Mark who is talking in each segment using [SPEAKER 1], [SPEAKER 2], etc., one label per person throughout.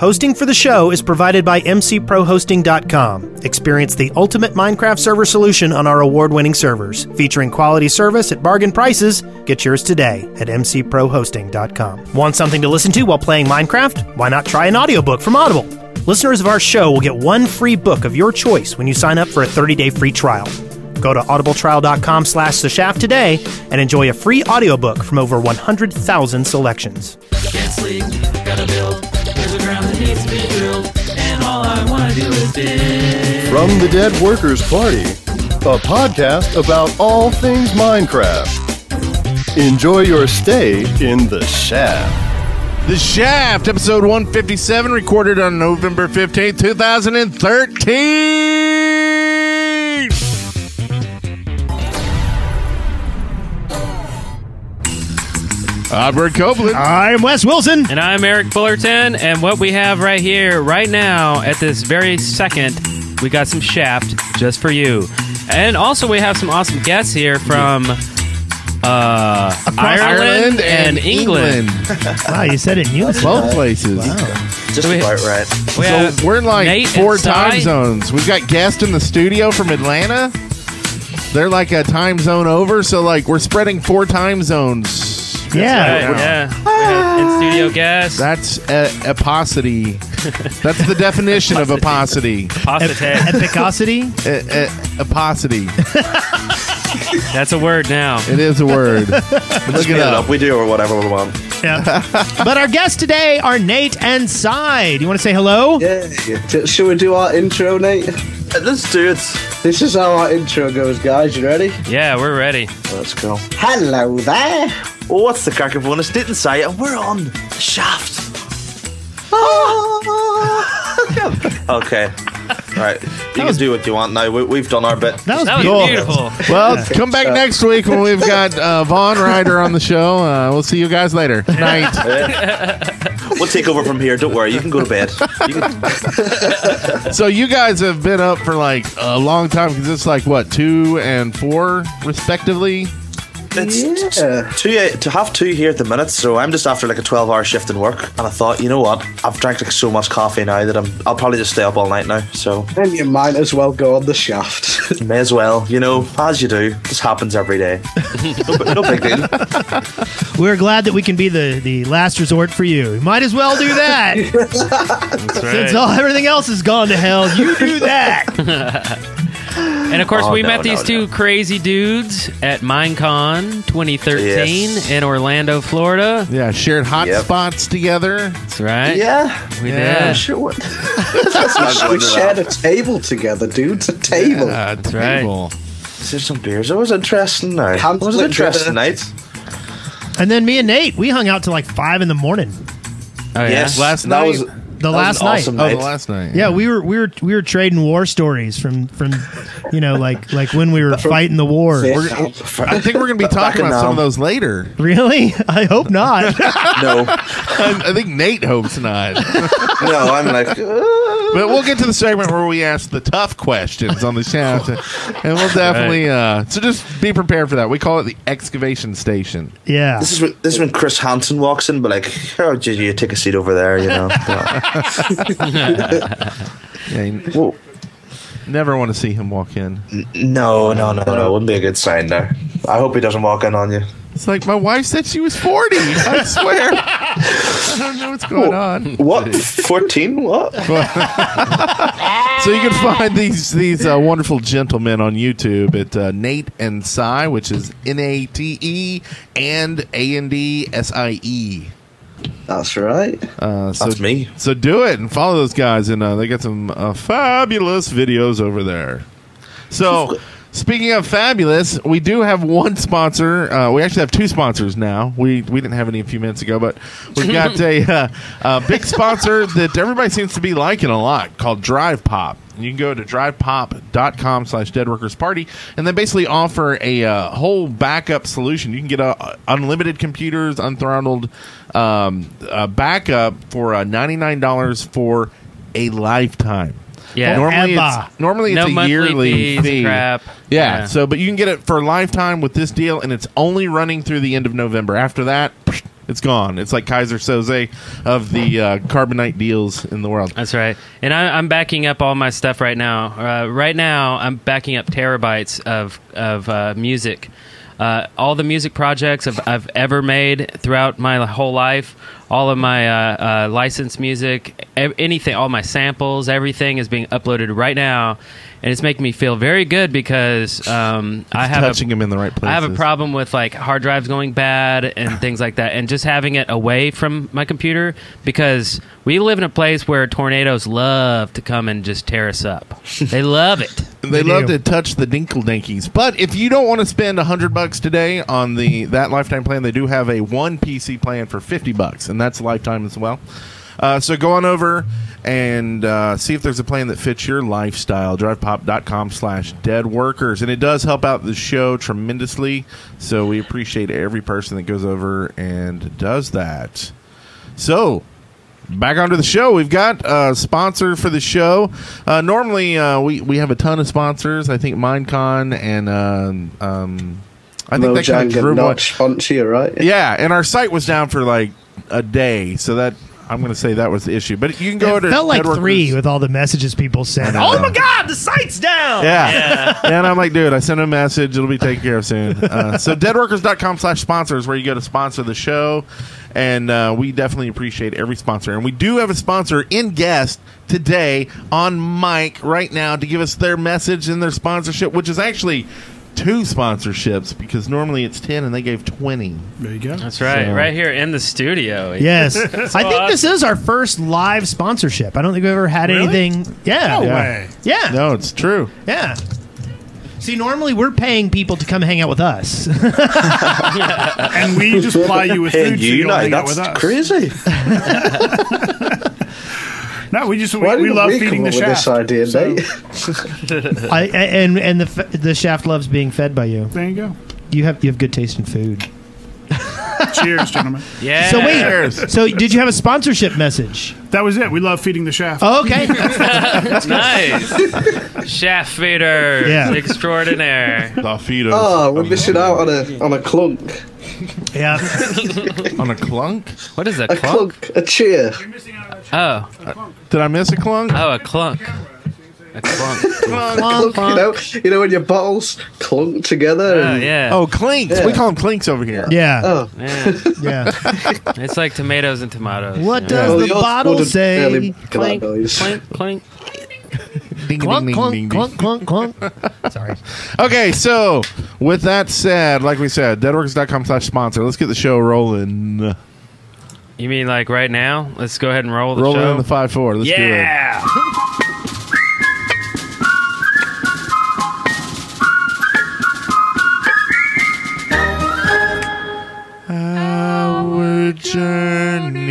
[SPEAKER 1] Hosting for the show is provided by mcprohosting.com. Experience the ultimate Minecraft server solution on our award-winning servers, featuring quality service at bargain prices. Get yours today at mcprohosting.com. Want something to listen to while playing Minecraft? Why not try an audiobook from Audible? Listeners of our show will get one free book of your choice when you sign up for a 30-day free trial. Go to audibletrial.com slash the shaft today and enjoy a free audiobook from over 100,000 selections.
[SPEAKER 2] Can't sleep, gotta build. There's a ground that needs to be drilled, and all I wanna do is dig.
[SPEAKER 3] From the Dead Workers Party, a podcast about all things Minecraft. Enjoy your stay in the shaft.
[SPEAKER 4] The Shaft, episode 157, recorded on November 15th, 2013. I'm Bert Copeland.
[SPEAKER 5] I'm Wes Wilson.
[SPEAKER 6] And I'm Eric Fullerton, and what we have right here, right now, at this very second, we got some Shaft just for you. And also, we have some awesome guests here from uh, Ireland, and, England.
[SPEAKER 5] Wow, Ah, you said it in unison.
[SPEAKER 4] Both places.
[SPEAKER 7] Just
[SPEAKER 6] we-
[SPEAKER 7] about right.
[SPEAKER 6] We
[SPEAKER 4] So
[SPEAKER 6] have
[SPEAKER 4] we're in like
[SPEAKER 6] Nate
[SPEAKER 4] four
[SPEAKER 6] and Si.
[SPEAKER 4] time zones. We've got guests in the studio from Atlanta. They're like a time zone over, so like we're spreading four time zones.
[SPEAKER 6] Right,
[SPEAKER 5] yeah.
[SPEAKER 6] uh, yeah. We have In studio guests.
[SPEAKER 4] That's a, aposity. That's the definition of E, aposity.
[SPEAKER 6] Posite.
[SPEAKER 5] Epicosity.
[SPEAKER 4] A, a, aposity.
[SPEAKER 6] That's a word now.
[SPEAKER 4] It is a word. Look it
[SPEAKER 7] Get
[SPEAKER 4] up.
[SPEAKER 7] up. We do or whatever we want.
[SPEAKER 5] yeah. but our guests today are Nate and Cy. Do you want to say hello?
[SPEAKER 8] Yeah. T- Shall we do our intro, Nate?
[SPEAKER 7] Let's do it.
[SPEAKER 8] This is how our intro goes, guys. You ready?
[SPEAKER 6] Yeah, we're ready.
[SPEAKER 7] Let's go.
[SPEAKER 8] Hello there.
[SPEAKER 7] Oh, what's the crack of one? I didn't say it. We're on the shaft. okay. Right. You can do what you want now. We, we've done our bit.
[SPEAKER 5] That was,
[SPEAKER 6] That was
[SPEAKER 5] beautiful.
[SPEAKER 6] beautiful.
[SPEAKER 4] Well, come back next week when we've got uh, Vaughn Ryder on the show. Uh, we'll see you guys later. Night.
[SPEAKER 7] We'll take over from here. Don't worry. You can go to bed. You can,
[SPEAKER 4] So you guys have been up for like a long time because it's like what two and four respectively.
[SPEAKER 7] it's
[SPEAKER 8] Yeah.
[SPEAKER 7] two uh, to have two here at the minute. So I'm just after like a 12-hour shift in work, and I thought, you know what? I've drank like so much coffee now that I'm. I'll probably just stay up all night now. So
[SPEAKER 8] And you might as well go on the shaft.
[SPEAKER 7] may as well. You know, as you do. This happens every day. no, bi- no big deal.
[SPEAKER 5] We're glad that we can be the, the last resort for you. You Might as well do that. Since all everything else has gone to hell, you do that.
[SPEAKER 6] And of course,
[SPEAKER 7] Oh,
[SPEAKER 6] we
[SPEAKER 7] no,
[SPEAKER 6] met these
[SPEAKER 7] no,
[SPEAKER 6] two crazy dudes at MineCon 2013
[SPEAKER 7] Yes.
[SPEAKER 6] in Orlando, Florida.
[SPEAKER 4] Yeah, shared hot
[SPEAKER 7] Yep.
[SPEAKER 4] spots together.
[SPEAKER 6] That's right.
[SPEAKER 7] Yeah.
[SPEAKER 6] We
[SPEAKER 4] Yeah.
[SPEAKER 6] did.
[SPEAKER 7] Sure.
[SPEAKER 8] we shared a table together, dude. A table.
[SPEAKER 4] Uh, That's
[SPEAKER 6] right.
[SPEAKER 7] There's some beers. It was interesting night.
[SPEAKER 8] Ham-
[SPEAKER 7] It was an interesting night.
[SPEAKER 5] And then me and Nate, we hung out till like five in the morning.
[SPEAKER 6] Oh, yeah.
[SPEAKER 7] Yes,
[SPEAKER 4] Last
[SPEAKER 7] that
[SPEAKER 4] night?
[SPEAKER 7] was-
[SPEAKER 4] The
[SPEAKER 7] that was
[SPEAKER 5] last
[SPEAKER 7] an
[SPEAKER 5] night.
[SPEAKER 7] Awesome
[SPEAKER 4] Oh,
[SPEAKER 7] night.
[SPEAKER 4] the last night.
[SPEAKER 5] Yeah, we were we were we were trading war stories from from you know like like when we were fighting the war.
[SPEAKER 8] Yeah.
[SPEAKER 4] I think we're gonna be talking
[SPEAKER 7] in um,
[SPEAKER 4] about some
[SPEAKER 7] now.
[SPEAKER 4] of those later.
[SPEAKER 5] Really? I hope not.
[SPEAKER 7] no,
[SPEAKER 4] I, I think Nate hopes not.
[SPEAKER 7] no. I'm like, uh,
[SPEAKER 4] But we'll get to the segment where we ask the tough questions on the shaft, and we'll definitely. Uh, so just be prepared for that. We call it the excavation station.
[SPEAKER 5] yeah.
[SPEAKER 7] this is when, this is when Chris Hansen walks in, but like, oh, did you take a seat over there? You know.
[SPEAKER 4] Yeah, you
[SPEAKER 7] Whoa.
[SPEAKER 4] never want to see him walk in.
[SPEAKER 7] No, no, no, no. Wouldn't be a good sign there. I hope he doesn't walk in on you.
[SPEAKER 4] It's like my wife said she was forty. I swear. I don't know what's going on.
[SPEAKER 7] What? Fourteen? What?
[SPEAKER 4] So you can find these these uh, wonderful gentlemen on YouTube at uh, Nate and Cy, which is N A T E and A N D S I E.
[SPEAKER 8] That's right.
[SPEAKER 4] Uh, so
[SPEAKER 7] That's me.
[SPEAKER 4] So do it and follow those guys, and uh, they got some uh, fabulous videos over there. So, speaking of fabulous, we do have one sponsor. Uh, we actually have two sponsors now. We we didn't have any a few minutes ago, but we've got a, uh, a big sponsor that everybody seems to be liking a lot called Drive Pop. You can go to drivepop.com slash deadworkersparty, and they basically offer a uh, whole backup solution. You can get uh, unlimited computers, unthrottled um, uh, backup for uh, $99 for a lifetime.
[SPEAKER 6] Yeah.
[SPEAKER 4] normally
[SPEAKER 5] Forever.
[SPEAKER 4] it's, normally it's
[SPEAKER 6] No
[SPEAKER 4] a
[SPEAKER 6] monthly
[SPEAKER 4] yearly
[SPEAKER 6] fees,
[SPEAKER 4] fee.
[SPEAKER 6] crap.
[SPEAKER 4] Yeah,
[SPEAKER 6] Yeah.
[SPEAKER 4] so but you can get it for a lifetime with this deal, and it's only running through the end of November. After that, It's gone. It's like Kaiser Soze of the uh, carbonite deals in the world.
[SPEAKER 6] That's right. And I, I'm backing up all my stuff right now. Uh, right now, I'm backing up terabytes of of uh, music. Uh, all the music projects I've, I've ever made throughout my whole life, all of my uh, uh, licensed music, ev- anything, all my samples, everything is being uploaded right now, and it's making me feel very good because um, I have
[SPEAKER 4] touching
[SPEAKER 6] a,
[SPEAKER 4] him in the right places.
[SPEAKER 6] I have a problem with like hard drives going bad and things like that, and just having it away from my computer because we live in a place where tornadoes love to come and just tear us up. they love it.
[SPEAKER 4] They,
[SPEAKER 5] They
[SPEAKER 4] love
[SPEAKER 5] do.
[SPEAKER 4] to touch the dinkle dankies. But if you don't want to spend a hundred bucks today on the that lifetime plan, they do have a one PC plan for fifty bucks, and that's lifetime as well. Uh, so go on over and uh, see if there's a plan that fits your lifestyle. DrivePop.com slash dead workers. And it does help out the show tremendously. So we appreciate every person that goes over and does that. So back onto the show. We've got a sponsor for the show. Uh, normally, uh, we we have a ton of sponsors. I think Minecon and um, um, I think that kind
[SPEAKER 8] Mojang
[SPEAKER 4] of drew
[SPEAKER 8] and
[SPEAKER 4] one.
[SPEAKER 8] not sponsor, right?
[SPEAKER 4] Yeah, and our site was down for like a day, so that I'm going to say that was the issue. But you can go to
[SPEAKER 5] It felt like
[SPEAKER 4] Deadworkers-
[SPEAKER 5] three with all the messages people sent.
[SPEAKER 4] know.
[SPEAKER 5] Oh my God, the site's down.
[SPEAKER 4] uh, Yeah. and I'm like, dude, I sent a message. It'll be taken care of soon. Uh, so deadworkers.com slash sponsor is where you go to sponsor the show. And uh, we definitely appreciate every sponsor. And we do have a sponsor in guest today on mic right now to give us their message and their sponsorship, which is actually two sponsorships because normally it's 10 and they gave 20.
[SPEAKER 9] There you go.
[SPEAKER 6] That's right, right here in the studio.
[SPEAKER 5] Yes. I think this is our first live sponsorship. I don't think we've ever had anything. Yeah.
[SPEAKER 9] No
[SPEAKER 5] yeah.
[SPEAKER 9] way.
[SPEAKER 5] Yeah.
[SPEAKER 4] No, it's true.
[SPEAKER 5] Yeah. See, normally we're paying people to come hang out with us.
[SPEAKER 9] And we just ply you with
[SPEAKER 7] Hey,
[SPEAKER 9] food. so
[SPEAKER 7] you
[SPEAKER 9] you'll
[SPEAKER 7] know,
[SPEAKER 9] hang out with
[SPEAKER 7] that's
[SPEAKER 9] us.
[SPEAKER 7] crazy.
[SPEAKER 9] No, we just
[SPEAKER 8] Why
[SPEAKER 9] we, we
[SPEAKER 8] didn't
[SPEAKER 9] love
[SPEAKER 8] we
[SPEAKER 9] feeding
[SPEAKER 8] come
[SPEAKER 9] the
[SPEAKER 8] up with
[SPEAKER 9] shaft.
[SPEAKER 8] this idea,
[SPEAKER 9] So,
[SPEAKER 8] Nate?
[SPEAKER 5] I, a- and and the f- the shaft loves being fed by you.
[SPEAKER 9] there you go.
[SPEAKER 5] You have you have good taste in food.
[SPEAKER 9] Cheers, gentlemen.
[SPEAKER 6] Yeah.
[SPEAKER 5] So wait, so did you have a sponsorship message?
[SPEAKER 9] That was it. We love feeding the shaft.
[SPEAKER 5] Oh, okay. That's-
[SPEAKER 6] Nice. Chef feeder
[SPEAKER 5] Yeah.
[SPEAKER 6] extraordinaire.
[SPEAKER 4] The fetus
[SPEAKER 8] Oh, we're missing out on a on a clunk,
[SPEAKER 5] yeah.
[SPEAKER 4] on a clunk.
[SPEAKER 6] What is a
[SPEAKER 8] a
[SPEAKER 6] clunk?
[SPEAKER 8] clunk, a cheer.
[SPEAKER 6] Oh,
[SPEAKER 4] Did I miss a clunk?
[SPEAKER 6] oh, a clunk. A clunk.
[SPEAKER 8] Clunk, you know, you know when your bottles clunk together.
[SPEAKER 6] Oh,
[SPEAKER 8] and-
[SPEAKER 6] yeah.
[SPEAKER 4] Oh, clinks. We call them clinks over here.
[SPEAKER 5] Yeah.
[SPEAKER 8] Oh,
[SPEAKER 6] Yeah.
[SPEAKER 5] Yeah.
[SPEAKER 6] It's like tomatoes and tomatoes.
[SPEAKER 5] What
[SPEAKER 6] Yeah.
[SPEAKER 5] does
[SPEAKER 8] well,
[SPEAKER 5] the
[SPEAKER 8] yours
[SPEAKER 5] bottle
[SPEAKER 8] wouldn't really
[SPEAKER 5] say?
[SPEAKER 8] make that noise.
[SPEAKER 6] Clink, clink.
[SPEAKER 4] Ding,
[SPEAKER 5] Clunk,
[SPEAKER 4] ding, ding, ding,
[SPEAKER 5] clunk,
[SPEAKER 4] ding.
[SPEAKER 5] clunk, Uh, clunk, clunk. Sorry.
[SPEAKER 4] Okay, so with that said, like we said, deadworkers.com slash sponsor. Let's get the show rolling.
[SPEAKER 6] You mean like right now? Let's go ahead and roll the
[SPEAKER 4] Rolling
[SPEAKER 6] show.
[SPEAKER 4] on the 5 4. Let's
[SPEAKER 6] yeah.
[SPEAKER 4] do it. Our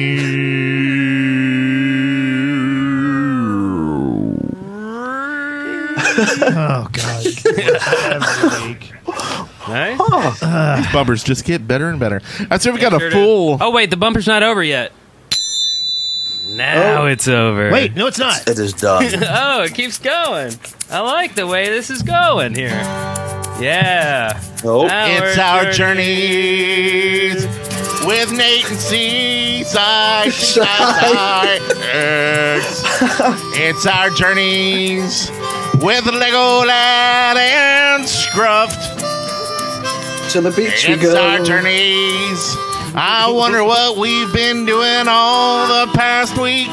[SPEAKER 4] journey.
[SPEAKER 5] Oh God.
[SPEAKER 6] Nice.
[SPEAKER 4] These bumpers just get better and better. I said we got
[SPEAKER 6] Sure
[SPEAKER 4] a
[SPEAKER 6] did.
[SPEAKER 4] full.
[SPEAKER 6] Oh wait, the bumper's not over yet.
[SPEAKER 4] Oh.
[SPEAKER 6] Now it's over.
[SPEAKER 5] Wait, no, it's not.
[SPEAKER 7] It is done.
[SPEAKER 6] Oh, it keeps going. I like the way this is going here. Yeah.
[SPEAKER 7] Nope.
[SPEAKER 4] Oh, It's our journeys with Nate and Seaside. Seaside. it's our journeys with Legoland and Scruff.
[SPEAKER 8] To the beach we
[SPEAKER 4] It's
[SPEAKER 8] go.
[SPEAKER 4] our journeys. I wonder what we've been doing all the past week.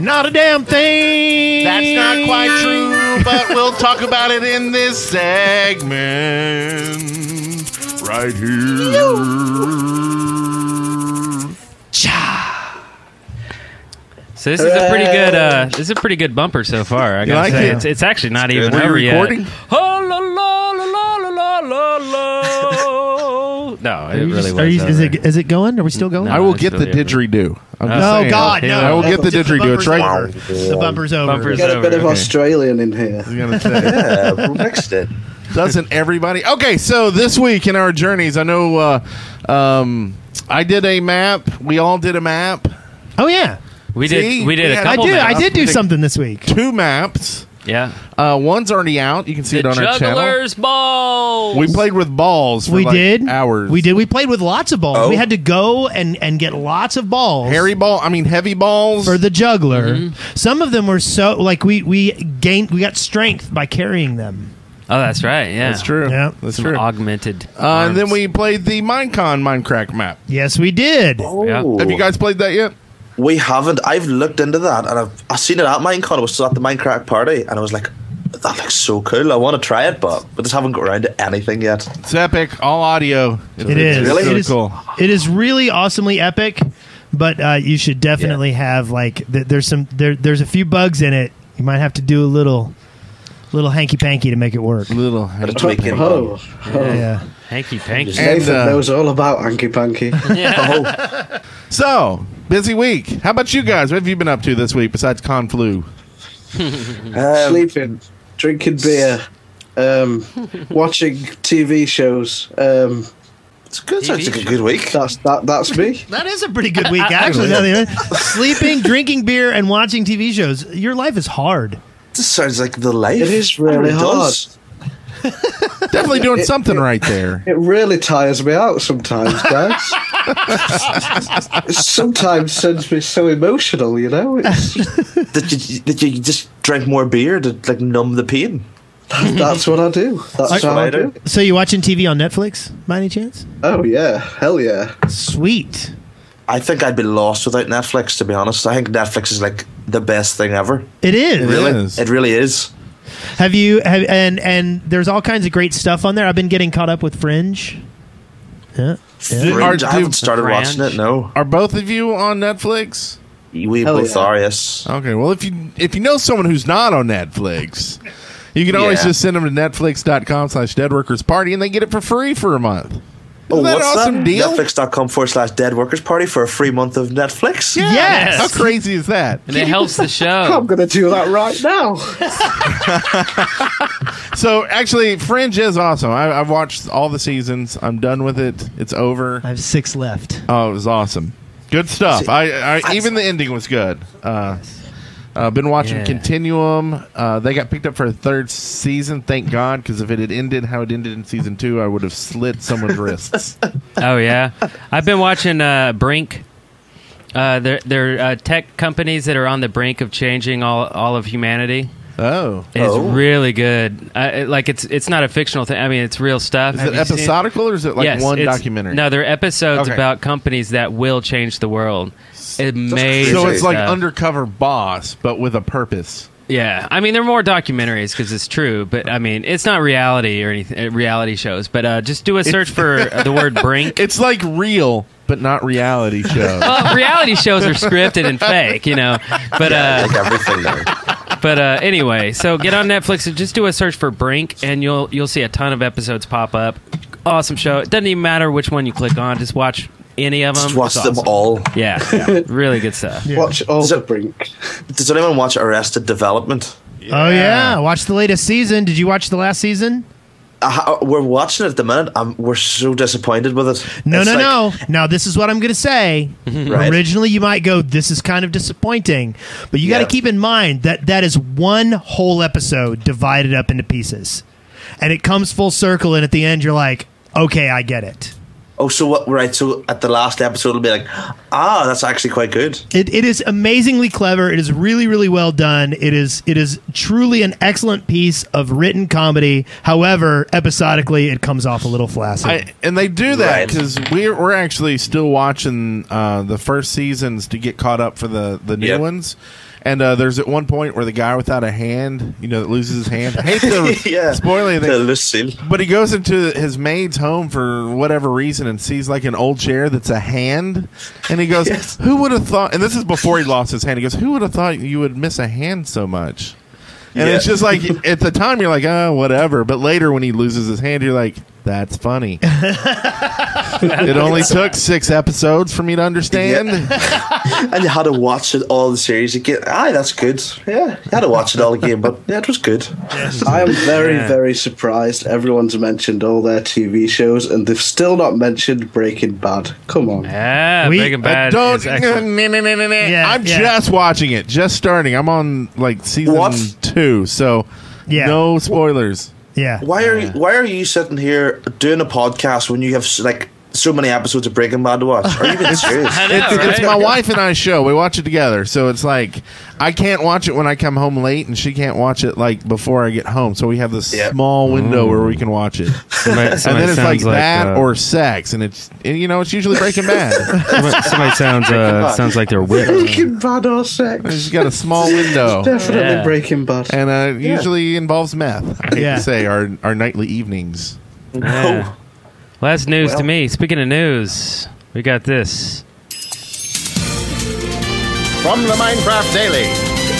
[SPEAKER 5] Not a damn thing.
[SPEAKER 4] That's not quite true, but we'll talk about it in this segment right here.
[SPEAKER 6] So this is a pretty good. Uh, this is a pretty good bumper so far. I gotta
[SPEAKER 4] like
[SPEAKER 6] say,
[SPEAKER 4] it?
[SPEAKER 6] it's, it's actually not even
[SPEAKER 4] Were you
[SPEAKER 6] over
[SPEAKER 4] recording?
[SPEAKER 6] yet. Oh la la la la la la la. No, it
[SPEAKER 5] Are you
[SPEAKER 6] really
[SPEAKER 5] just-
[SPEAKER 6] was.
[SPEAKER 5] are you- is
[SPEAKER 6] over.
[SPEAKER 5] it is it going? Are we still going?
[SPEAKER 6] No.
[SPEAKER 4] I will
[SPEAKER 6] it's
[SPEAKER 4] get the
[SPEAKER 6] really over.
[SPEAKER 4] didgeridoo. I'm just
[SPEAKER 5] No,
[SPEAKER 4] saying.
[SPEAKER 5] God, no.
[SPEAKER 4] I will get the
[SPEAKER 5] Just
[SPEAKER 4] didgeridoo. It's
[SPEAKER 5] bumper's
[SPEAKER 4] right
[SPEAKER 5] over.
[SPEAKER 4] there.
[SPEAKER 5] The bumper's over.
[SPEAKER 6] Bumper's
[SPEAKER 8] Get a
[SPEAKER 6] over.
[SPEAKER 8] bit of
[SPEAKER 6] Okay.
[SPEAKER 8] Australian in here.
[SPEAKER 4] I was gonna say.
[SPEAKER 7] yeah, we're mixed it.
[SPEAKER 4] Doesn't everybody? Okay, so this week in our journeys, I know uh, um, I did a map. We all did a map.
[SPEAKER 5] Oh yeah.
[SPEAKER 6] We did.
[SPEAKER 4] See?
[SPEAKER 6] We did
[SPEAKER 4] We
[SPEAKER 6] a
[SPEAKER 4] had-
[SPEAKER 5] I
[SPEAKER 6] couple.
[SPEAKER 5] did.
[SPEAKER 6] minutes.
[SPEAKER 5] I did do
[SPEAKER 4] Couple
[SPEAKER 5] something this week.
[SPEAKER 4] Two maps.
[SPEAKER 6] Yeah.
[SPEAKER 4] Uh, one's already out. You can see
[SPEAKER 6] The
[SPEAKER 4] it on our channel.
[SPEAKER 6] Juggler's Ball.
[SPEAKER 4] We played with balls. For
[SPEAKER 5] we
[SPEAKER 4] like
[SPEAKER 5] did
[SPEAKER 4] hours.
[SPEAKER 5] We did. We played with lots of balls. We had to go and and get lots of balls.
[SPEAKER 4] hairy ball. I mean heavy balls.
[SPEAKER 5] for the juggler. Some of them were so like we we gained we got strength by carrying them.
[SPEAKER 6] Oh, that's right. Yeah.
[SPEAKER 4] That's true.
[SPEAKER 5] Yeah.
[SPEAKER 4] that's
[SPEAKER 6] Some
[SPEAKER 4] true. Uh,
[SPEAKER 6] augmented.
[SPEAKER 4] and then
[SPEAKER 6] arms.
[SPEAKER 4] we played the Minecon Minecraft map.
[SPEAKER 5] Yes, we did.
[SPEAKER 6] Yeah.
[SPEAKER 7] Ooh.
[SPEAKER 4] Have you guys played that yet?
[SPEAKER 7] We haven't. I've looked into that and I've, I've seen it at Minecon. I was still at the Minecraft party and I was like, that looks so cool. I want to try it, but we just haven't got around to anything yet.
[SPEAKER 4] It's epic, all audio. It's,
[SPEAKER 5] It is.
[SPEAKER 4] it's
[SPEAKER 7] Really?
[SPEAKER 4] really
[SPEAKER 5] It is-
[SPEAKER 4] cool.
[SPEAKER 5] It is really awesomely epic, but uh, you should definitely have like th- there's some there there's a few bugs in it. You might have to do a little little hanky panky to make it work.
[SPEAKER 4] Little.
[SPEAKER 7] It's making
[SPEAKER 8] Oh, oh.
[SPEAKER 5] Yeah.
[SPEAKER 6] Hanky panky.
[SPEAKER 4] And,
[SPEAKER 8] Nathan
[SPEAKER 4] uh,
[SPEAKER 8] knows all about Hanky Panky.
[SPEAKER 4] So busy week. How about you guys? What have you been up to this week besides Conflu?
[SPEAKER 8] Um, Sleeping, drinking beer, um, watching TV shows. Um,
[SPEAKER 7] It's good. Sounds like a good week.
[SPEAKER 8] that's that. That's me.
[SPEAKER 5] That is a pretty good week, actually. now that you- Sleeping, drinking beer, and watching TV shows. Your life is hard.
[SPEAKER 7] This sounds like the life.
[SPEAKER 8] It is really
[SPEAKER 7] It
[SPEAKER 8] hard.
[SPEAKER 7] does.
[SPEAKER 4] Definitely doing something right there.
[SPEAKER 8] It really tires me out sometimes, guys. it sometimes sends me so emotional, you know. It's,
[SPEAKER 7] Did you, did you just drink more beer to like numb the pain?
[SPEAKER 8] that's what I do. That's how I do. it.
[SPEAKER 5] So you watching TV on Netflix by any chance?
[SPEAKER 8] Oh yeah, hell yeah.
[SPEAKER 5] Sweet.
[SPEAKER 7] I think I'd be lost without Netflix, to be honest. I think Netflix is like the best thing ever.
[SPEAKER 5] It is.
[SPEAKER 4] Really?
[SPEAKER 7] It really is.
[SPEAKER 5] Have you have and and there's all kinds of great stuff on there. I've been getting caught up with Fringe. Yeah. yeah.
[SPEAKER 7] Fringe, I haven't
[SPEAKER 4] dude,
[SPEAKER 7] started watching
[SPEAKER 6] Fringe.
[SPEAKER 7] it, no.
[SPEAKER 4] Are both of you on Netflix?
[SPEAKER 7] We
[SPEAKER 8] Hell
[SPEAKER 7] both
[SPEAKER 8] yeah.
[SPEAKER 7] are, yes.
[SPEAKER 4] Okay. Well, if you if you know someone who's not on Netflix, you can always
[SPEAKER 7] Yeah.
[SPEAKER 4] just send them to netflix.com slash deadworkers party and they get it for free for a month. Isn't
[SPEAKER 7] Oh,
[SPEAKER 4] that an
[SPEAKER 7] what's
[SPEAKER 4] awesome
[SPEAKER 7] that?
[SPEAKER 4] deal?
[SPEAKER 7] Netflix.com forward slash dead workers party for a free month of Netflix.
[SPEAKER 5] Yes.
[SPEAKER 4] How crazy is that?
[SPEAKER 6] and it helps the
[SPEAKER 8] I'm
[SPEAKER 6] show.
[SPEAKER 8] gonna do that right now.
[SPEAKER 4] So actually, Fringe is awesome. I, I've watched all the seasons. I'm done with it. It's over.
[SPEAKER 5] I have six left.
[SPEAKER 4] Oh, it was awesome. Good stuff. I, I even the ending was good. Uh, uh, been watching
[SPEAKER 6] Yeah.
[SPEAKER 4] Continuum. Uh, they got picked up for a third season. Thank God, because if it had ended how it ended in season two, I would have slit someone's wrists.
[SPEAKER 6] Oh yeah, I've been watching uh, Brink. Uh, they're they're uh, tech companies that are on the brink of changing all all of humanity.
[SPEAKER 4] Oh,
[SPEAKER 6] It's really good. Uh, it- like it's it's not a fictional thing. I mean, it's real stuff.
[SPEAKER 4] is
[SPEAKER 6] Have
[SPEAKER 4] it
[SPEAKER 6] you seen-
[SPEAKER 4] episodical or is it like
[SPEAKER 6] Yes,
[SPEAKER 4] one
[SPEAKER 6] it's-
[SPEAKER 4] documentary?
[SPEAKER 6] No, they're episodes
[SPEAKER 4] Okay.
[SPEAKER 6] about companies that will change the world. Amazing.
[SPEAKER 4] so it's like
[SPEAKER 6] stuff.
[SPEAKER 4] undercover boss, but with a purpose.
[SPEAKER 6] Yeah, I mean they're more documentaries because it's true, but I mean it's not reality or anything. uh, Reality shows, but uh, just do a search for uh, the word brink.
[SPEAKER 4] It's like real, but not reality show.
[SPEAKER 6] Well, reality shows are scripted and fake, you know. But uh,
[SPEAKER 7] Like everything there.
[SPEAKER 6] but uh, anyway, so get on Netflix and just do a search for Brink, and you'll you'll see a ton of episodes pop up. Awesome show. It doesn't even matter which one you click on. Just watch any of them.
[SPEAKER 7] Just watch
[SPEAKER 6] It's
[SPEAKER 7] them
[SPEAKER 6] awesome.
[SPEAKER 7] all.
[SPEAKER 6] Yeah, yeah. really good stuff.
[SPEAKER 8] Watch all
[SPEAKER 7] Is
[SPEAKER 8] the
[SPEAKER 7] it-
[SPEAKER 8] brink.
[SPEAKER 7] Does anyone watch Arrested Development?
[SPEAKER 5] Oh yeah. Watch the latest season. Did you watch the last season?
[SPEAKER 7] Uh, how- we're watching it at the minute. Um we're so disappointed with it.
[SPEAKER 5] No,
[SPEAKER 7] It's
[SPEAKER 5] no,
[SPEAKER 7] like-
[SPEAKER 5] no. Now this is what I'm going to say.
[SPEAKER 7] Right.
[SPEAKER 5] Originally, you might go, "This is kind of disappointing," but you got
[SPEAKER 7] Yeah.
[SPEAKER 5] to keep in mind that that is one whole episode divided up into pieces, and it comes full circle. And at the end, you're like, "Okay, I get it."
[SPEAKER 7] Oh, so what? Right. So at the last episode, it'll be like, ah, that's actually quite good.
[SPEAKER 5] It, it is amazingly clever. It is really, really well done. It is it is truly an excellent piece of written comedy. However, episodically, it comes off a little flaccid.
[SPEAKER 4] I, and they do that
[SPEAKER 7] Right.
[SPEAKER 4] because we're we're actually still watching uh, the first seasons to get caught up for the the new
[SPEAKER 7] Yep.
[SPEAKER 4] ones. And uh, there's at one point where the guy without a hand, you know, that loses his hand. I hate to
[SPEAKER 7] Yeah.
[SPEAKER 4] spoil
[SPEAKER 7] The
[SPEAKER 4] anything,
[SPEAKER 7] Lucille.
[SPEAKER 4] but he goes into his maid's home for whatever reason and sees like an old chair that's a hand, and he goes, "Who would have thought?" And this is before he lost his hand. He goes, "Who would have thought you would miss a hand so much?" And it's
[SPEAKER 7] Yeah.
[SPEAKER 4] just like at the time you're like, "Oh, whatever," but later when he loses his hand, you're like, "That's funny." it only took six episodes for me to understand.
[SPEAKER 7] And you had to watch it all the series again. Aye, that's good. Yeah, you had to watch it all again, but yeah, it was good.
[SPEAKER 8] I am very, very surprised. Everyone's mentioned all their TV shows, and they've still not mentioned Breaking Bad. Come on.
[SPEAKER 6] Yeah,
[SPEAKER 5] We-
[SPEAKER 6] Breaking
[SPEAKER 4] I
[SPEAKER 6] Bad.
[SPEAKER 4] don't.
[SPEAKER 6] is excellent.
[SPEAKER 4] nah, nah, nah, nah, nah.
[SPEAKER 5] Yeah,
[SPEAKER 4] I'm
[SPEAKER 5] yeah.
[SPEAKER 4] just watching it, just starting. I'm on like season
[SPEAKER 7] What?
[SPEAKER 4] two. two, so
[SPEAKER 5] Yeah.
[SPEAKER 4] no spoilers.
[SPEAKER 5] Yeah.
[SPEAKER 7] Why are you, why are you sitting here doing a podcast when you have s- like so many episodes of Breaking Bad to watch? Are you being serious?
[SPEAKER 6] I know,
[SPEAKER 4] It's, it's
[SPEAKER 6] right?
[SPEAKER 4] my wife and I show. We watch it together, so it's like I can't watch it when I come home late, and she can't watch it like before I get home. So we have this
[SPEAKER 7] Yep.
[SPEAKER 4] small window where we can watch it.
[SPEAKER 6] Somebody,
[SPEAKER 4] and
[SPEAKER 6] somebody
[SPEAKER 4] then it's like
[SPEAKER 6] sounds
[SPEAKER 4] that
[SPEAKER 6] uh,
[SPEAKER 4] or sex, and it's and, you know it's usually Breaking Bad.
[SPEAKER 6] somebody, somebody sounds uh, sounds like they're whipped.
[SPEAKER 8] Breaking Bad or sex?
[SPEAKER 4] She's got a small window,
[SPEAKER 8] Definitely
[SPEAKER 6] Yeah.
[SPEAKER 8] Breaking Bad.
[SPEAKER 4] and uh, it usually involves meth. I hate
[SPEAKER 5] Yeah.
[SPEAKER 4] to say our our nightly evenings.
[SPEAKER 6] Yeah. Well, that's news to me. Speaking of news, we got this.
[SPEAKER 3] From the Minecraft Daily,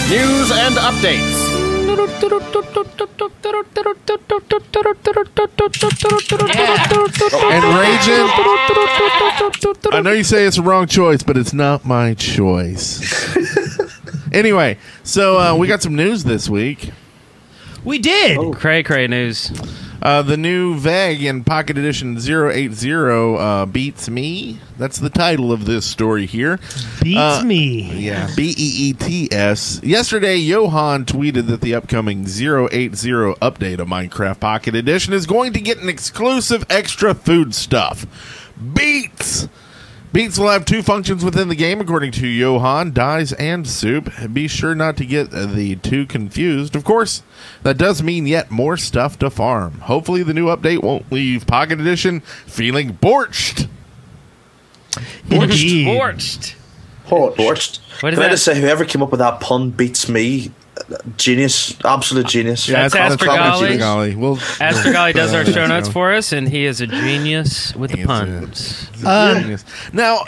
[SPEAKER 3] news and updates.
[SPEAKER 4] And Raging, I know you say it's the wrong choice, but it's not my choice. anyway, so uh, we got some news this week.
[SPEAKER 5] We did.
[SPEAKER 4] Oh.
[SPEAKER 6] Cray cray news.
[SPEAKER 4] Uh, the new VEG in Pocket Edition 080 uh, beats me. That's the title of this story here.
[SPEAKER 5] Beats
[SPEAKER 4] Uh,
[SPEAKER 5] me.
[SPEAKER 4] Yeah, B E E T S. Yesterday, Johan tweeted that the upcoming 080 update of Minecraft Pocket Edition is going to get an exclusive extra food stuff. Beats! Beats will have two functions within the game, according to Johan Dies and Soup. Be sure not to get the two confused. Of course, that does mean yet more stuff to farm. Hopefully, the new update won't leave Pocket Edition feeling borched.
[SPEAKER 5] Indeed.
[SPEAKER 6] Forged.
[SPEAKER 8] Porch.
[SPEAKER 7] Forced.
[SPEAKER 6] What is
[SPEAKER 7] Can I
[SPEAKER 6] that?
[SPEAKER 7] just say, whoever came up with that pun beats me. Genius, absolute genius.
[SPEAKER 6] That's
[SPEAKER 4] That's
[SPEAKER 6] Aspergolly.
[SPEAKER 4] probably Aspergolly. We'll-
[SPEAKER 6] Astrogali does our show
[SPEAKER 4] Uh,
[SPEAKER 6] notes
[SPEAKER 4] yeah.
[SPEAKER 6] for us, and he is a genius with the
[SPEAKER 4] He is a-
[SPEAKER 6] puns.
[SPEAKER 4] Genius. now,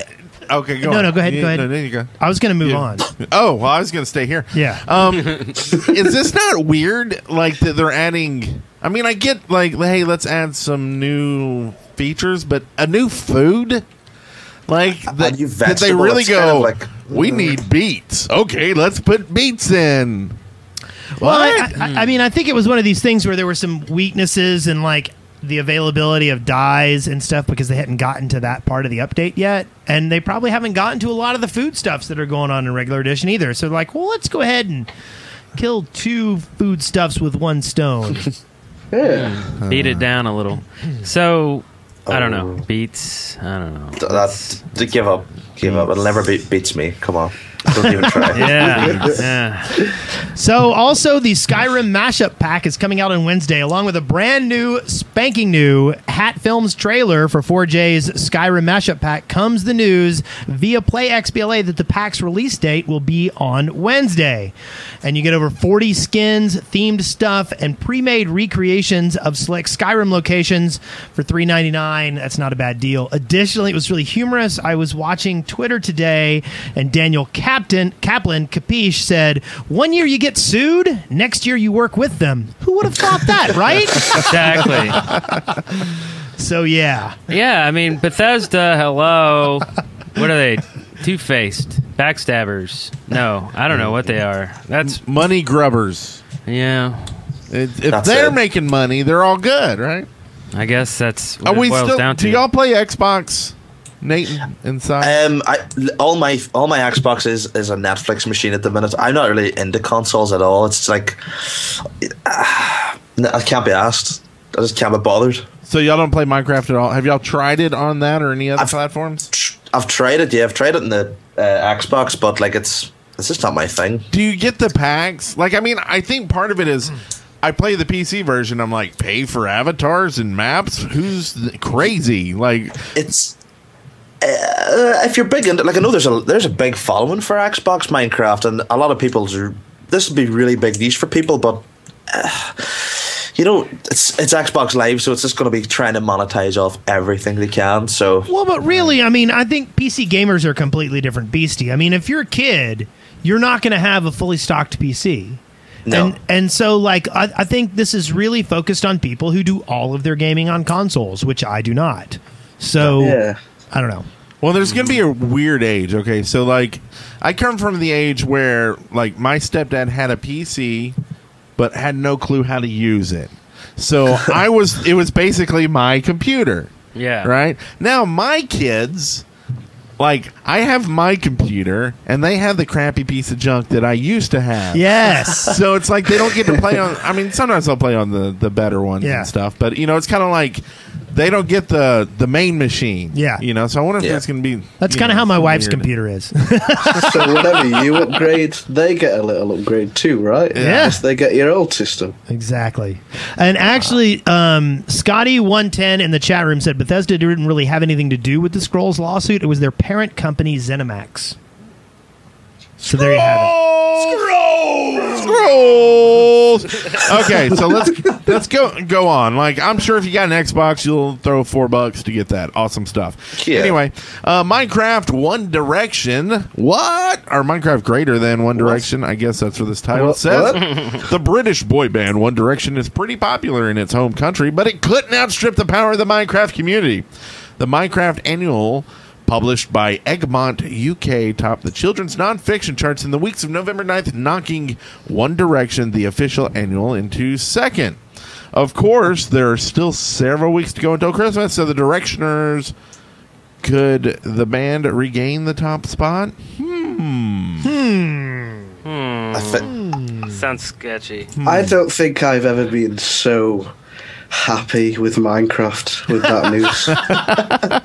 [SPEAKER 4] okay, go
[SPEAKER 5] Um, No,
[SPEAKER 4] on.
[SPEAKER 5] no, go ahead,
[SPEAKER 4] You-
[SPEAKER 5] go ahead.
[SPEAKER 4] no, there you go.
[SPEAKER 5] I was going to move
[SPEAKER 4] Yeah.
[SPEAKER 5] on.
[SPEAKER 4] Oh, well, I was going to stay here.
[SPEAKER 5] Yeah.
[SPEAKER 4] Um, is this not weird? Like that they're adding. I mean, I get like, hey, let's add some new features, but a new food. Like that,
[SPEAKER 7] new
[SPEAKER 4] did they
[SPEAKER 7] vegetable,
[SPEAKER 4] really
[SPEAKER 7] it's kind of
[SPEAKER 4] go?
[SPEAKER 7] like- mm.
[SPEAKER 4] we need beets. Okay, let's put beets in.
[SPEAKER 5] Well,
[SPEAKER 4] What?
[SPEAKER 5] I, I, I mean, I think it was one of these things where there were some weaknesses and like the availability of dyes and stuff because they hadn't gotten to that part of the update yet, and they probably haven't gotten to a lot of the foodstuffs that are going on in regular edition either. So, they're like, well, let's go ahead and kill two foodstuffs with one stone.
[SPEAKER 8] Yeah.
[SPEAKER 6] Beat it down a little. So I don't know. Beats. I don't know.
[SPEAKER 7] Th- That, to give up. Give up. It'll never be, beats me. Come on. Don't even try.
[SPEAKER 6] Yeah. yeah.
[SPEAKER 5] So, also, the Skyrim mashup pack is coming out on Wednesday, along with a brand new, spanking new Hat Films trailer for 4J's Skyrim mashup pack. Comes the news via Play XBLA that the pack's release date will be on Wednesday. And you get over 40 skins, themed stuff, and pre made recreations of select Skyrim locations for $3.99. That's not a bad deal. Additionally, it was really humorous. I was watching Twitter today, and Daniel Captain Kaplan Capiche said, "One year you get sued, next year you work with them." Who would have thought that, right?
[SPEAKER 6] Exactly.
[SPEAKER 5] so yeah,
[SPEAKER 6] Yeah. I mean Bethesda. Hello. What are they? Two faced backstabbers. No, I don't know what they are. That's
[SPEAKER 4] Money grubbers.
[SPEAKER 6] yeah.
[SPEAKER 4] It, if
[SPEAKER 7] That's
[SPEAKER 4] they're
[SPEAKER 7] it.
[SPEAKER 4] making money, they're all good, right?
[SPEAKER 6] I guess that's what
[SPEAKER 4] Are
[SPEAKER 6] it
[SPEAKER 4] we
[SPEAKER 6] boils
[SPEAKER 4] still?
[SPEAKER 6] down to.
[SPEAKER 4] do y'all play Xbox, Nathan? Inside.
[SPEAKER 7] Um, I, all my all my Xbox is, is a Netflix machine at the minute. I'm not really into consoles at all. It's like ah, I can't be asked. I just can't be bothered.
[SPEAKER 4] So y'all don't play Minecraft at all? Have y'all tried it on that or any other
[SPEAKER 7] I've-
[SPEAKER 4] platforms?
[SPEAKER 7] Tr- I've tried it. Yeah, I've tried it in the uh, Xbox, but like it's it's just not my thing.
[SPEAKER 4] Do you get the packs? Like, I mean, I think part of it is I play the PC version. I'm like, pay for avatars and maps. Who's th- crazy? Like,
[SPEAKER 7] It's uh, if you're big into like I know there's a there's a big following for Xbox Minecraft, and a lot of people's this would be really big niche for people, but. uh, you know, it's it's Xbox Live, so it's just going to be trying to monetize off everything they can. So
[SPEAKER 5] Well, but really, I mean, I think PC gamers are a completely different beastie. I mean, if you're a kid, you're not going to have a fully stocked PC.
[SPEAKER 7] No.
[SPEAKER 5] And, and so, like, I, I think this is really focused on people who do all of their gaming on consoles, which I do not. So,
[SPEAKER 8] Yeah.
[SPEAKER 5] I don't know.
[SPEAKER 4] well, there's going to be a weird age. Okay. So, like, I come from the age where, like, my stepdad had a PC, but had no clue how to use it. So I was, it was basically my computer.
[SPEAKER 6] Yeah.
[SPEAKER 4] Right? Now my kids like I have my computer and they have the crappy piece of junk that I used to have.
[SPEAKER 5] Yes.
[SPEAKER 4] so it's like they don't get to play on I mean sometimes they'll play on the the better ones
[SPEAKER 5] Yeah.
[SPEAKER 4] and stuff, but you know it's kind of like they don't get the the main machine.
[SPEAKER 5] Yeah.
[SPEAKER 4] You know, so I wonder if
[SPEAKER 7] Yeah.
[SPEAKER 4] that's going to be
[SPEAKER 5] That's
[SPEAKER 4] you
[SPEAKER 5] kind of
[SPEAKER 4] know,
[SPEAKER 5] how my
[SPEAKER 4] some
[SPEAKER 5] wife's
[SPEAKER 4] weird-
[SPEAKER 5] computer is.
[SPEAKER 8] so whenever you upgrade, they get a little upgrade too, right?
[SPEAKER 5] Yeah.
[SPEAKER 8] Unless they get your old system.
[SPEAKER 5] Exactly. And actually, um, Scotty110 in the chat room said Bethesda didn't really have anything to do with the Scrolls lawsuit. It was their parent company, ZeniMax. So there you have it.
[SPEAKER 4] Scrolls. okay, so let's let's go go on. Like I'm sure if you got an Xbox, you'll throw four bucks to get that awesome stuff.
[SPEAKER 7] Yeah.
[SPEAKER 4] Anyway, uh, Minecraft One Direction. What? Or Minecraft greater than One Direction? I guess that's what this title
[SPEAKER 8] What?
[SPEAKER 4] says. the British boy band One Direction is pretty popular in its home country, but it couldn't outstrip the power of the Minecraft community. The Minecraft Annual, published by Egmont UK, topped the children's nonfiction charts in the weeks of November 9th, knocking One Direction, the official annual, into second. Of course, there are still several weeks to go until Christmas, so the Directioners could the band regain the top spot?
[SPEAKER 7] I thi-
[SPEAKER 6] Sounds sketchy.
[SPEAKER 4] Hmm.
[SPEAKER 8] I don't think I've ever been so happy with Minecraft with that news.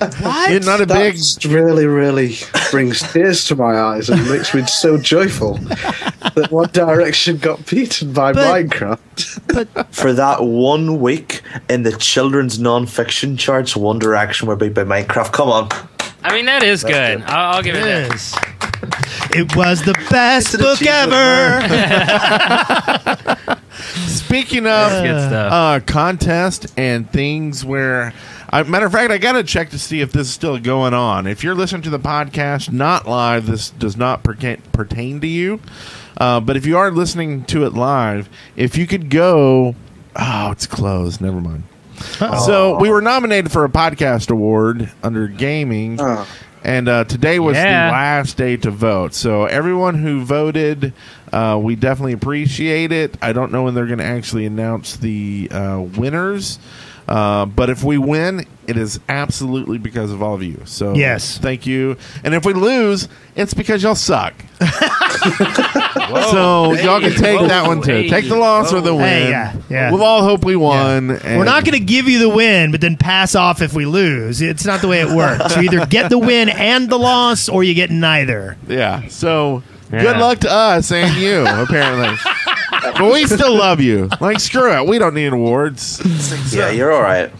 [SPEAKER 4] It's not a big
[SPEAKER 8] That really, really brings tears to my eyes and makes me so joyful that One Direction got beaten by
[SPEAKER 5] But-
[SPEAKER 8] Minecraft.
[SPEAKER 7] for that one week in the children's non-fiction charts, One Direction were beat by Minecraft. Come on,
[SPEAKER 6] I mean, that is good. I'll, I'll give it that.
[SPEAKER 5] Yes. It was the best
[SPEAKER 7] an
[SPEAKER 5] book
[SPEAKER 7] achievement,
[SPEAKER 5] ever.
[SPEAKER 4] Speaking of
[SPEAKER 6] good stuff.
[SPEAKER 4] Uh, contest and things where, I, matter of fact, I got to check to see if this is still going on. If you're listening to the podcast not live, this does not pertain, pertain to you. Uh, but if you are listening to it live, if you could go, oh, it's closed. Never mind. So we were nominated for a podcast award under gaming,
[SPEAKER 8] Oh.
[SPEAKER 4] and uh, today was
[SPEAKER 6] Yeah.
[SPEAKER 4] the last day to vote. So everyone who voted, uh, we definitely appreciate it. I don't know when they're going to actually announce the uh, winners, uh, but if we win, it is absolutely because of all of you. So
[SPEAKER 5] Yes.
[SPEAKER 4] thank you. And if we lose, it's because y'all suck. so y'all can take
[SPEAKER 6] Whoa.
[SPEAKER 4] that one too.
[SPEAKER 6] Hey.
[SPEAKER 4] Take the loss or the win.
[SPEAKER 5] Hey, yeah, yeah.
[SPEAKER 4] We'll all hope we won.
[SPEAKER 5] We're not going to give you the win, but then pass off if we lose. It's not the way it works. You either get the win and the loss, or you get neither.
[SPEAKER 4] Yeah. So good
[SPEAKER 6] Yeah.
[SPEAKER 4] luck to us and you, apparently. but we still love you. Like, screw it. We don't need awards. Uh,
[SPEAKER 7] yeah, you're all right.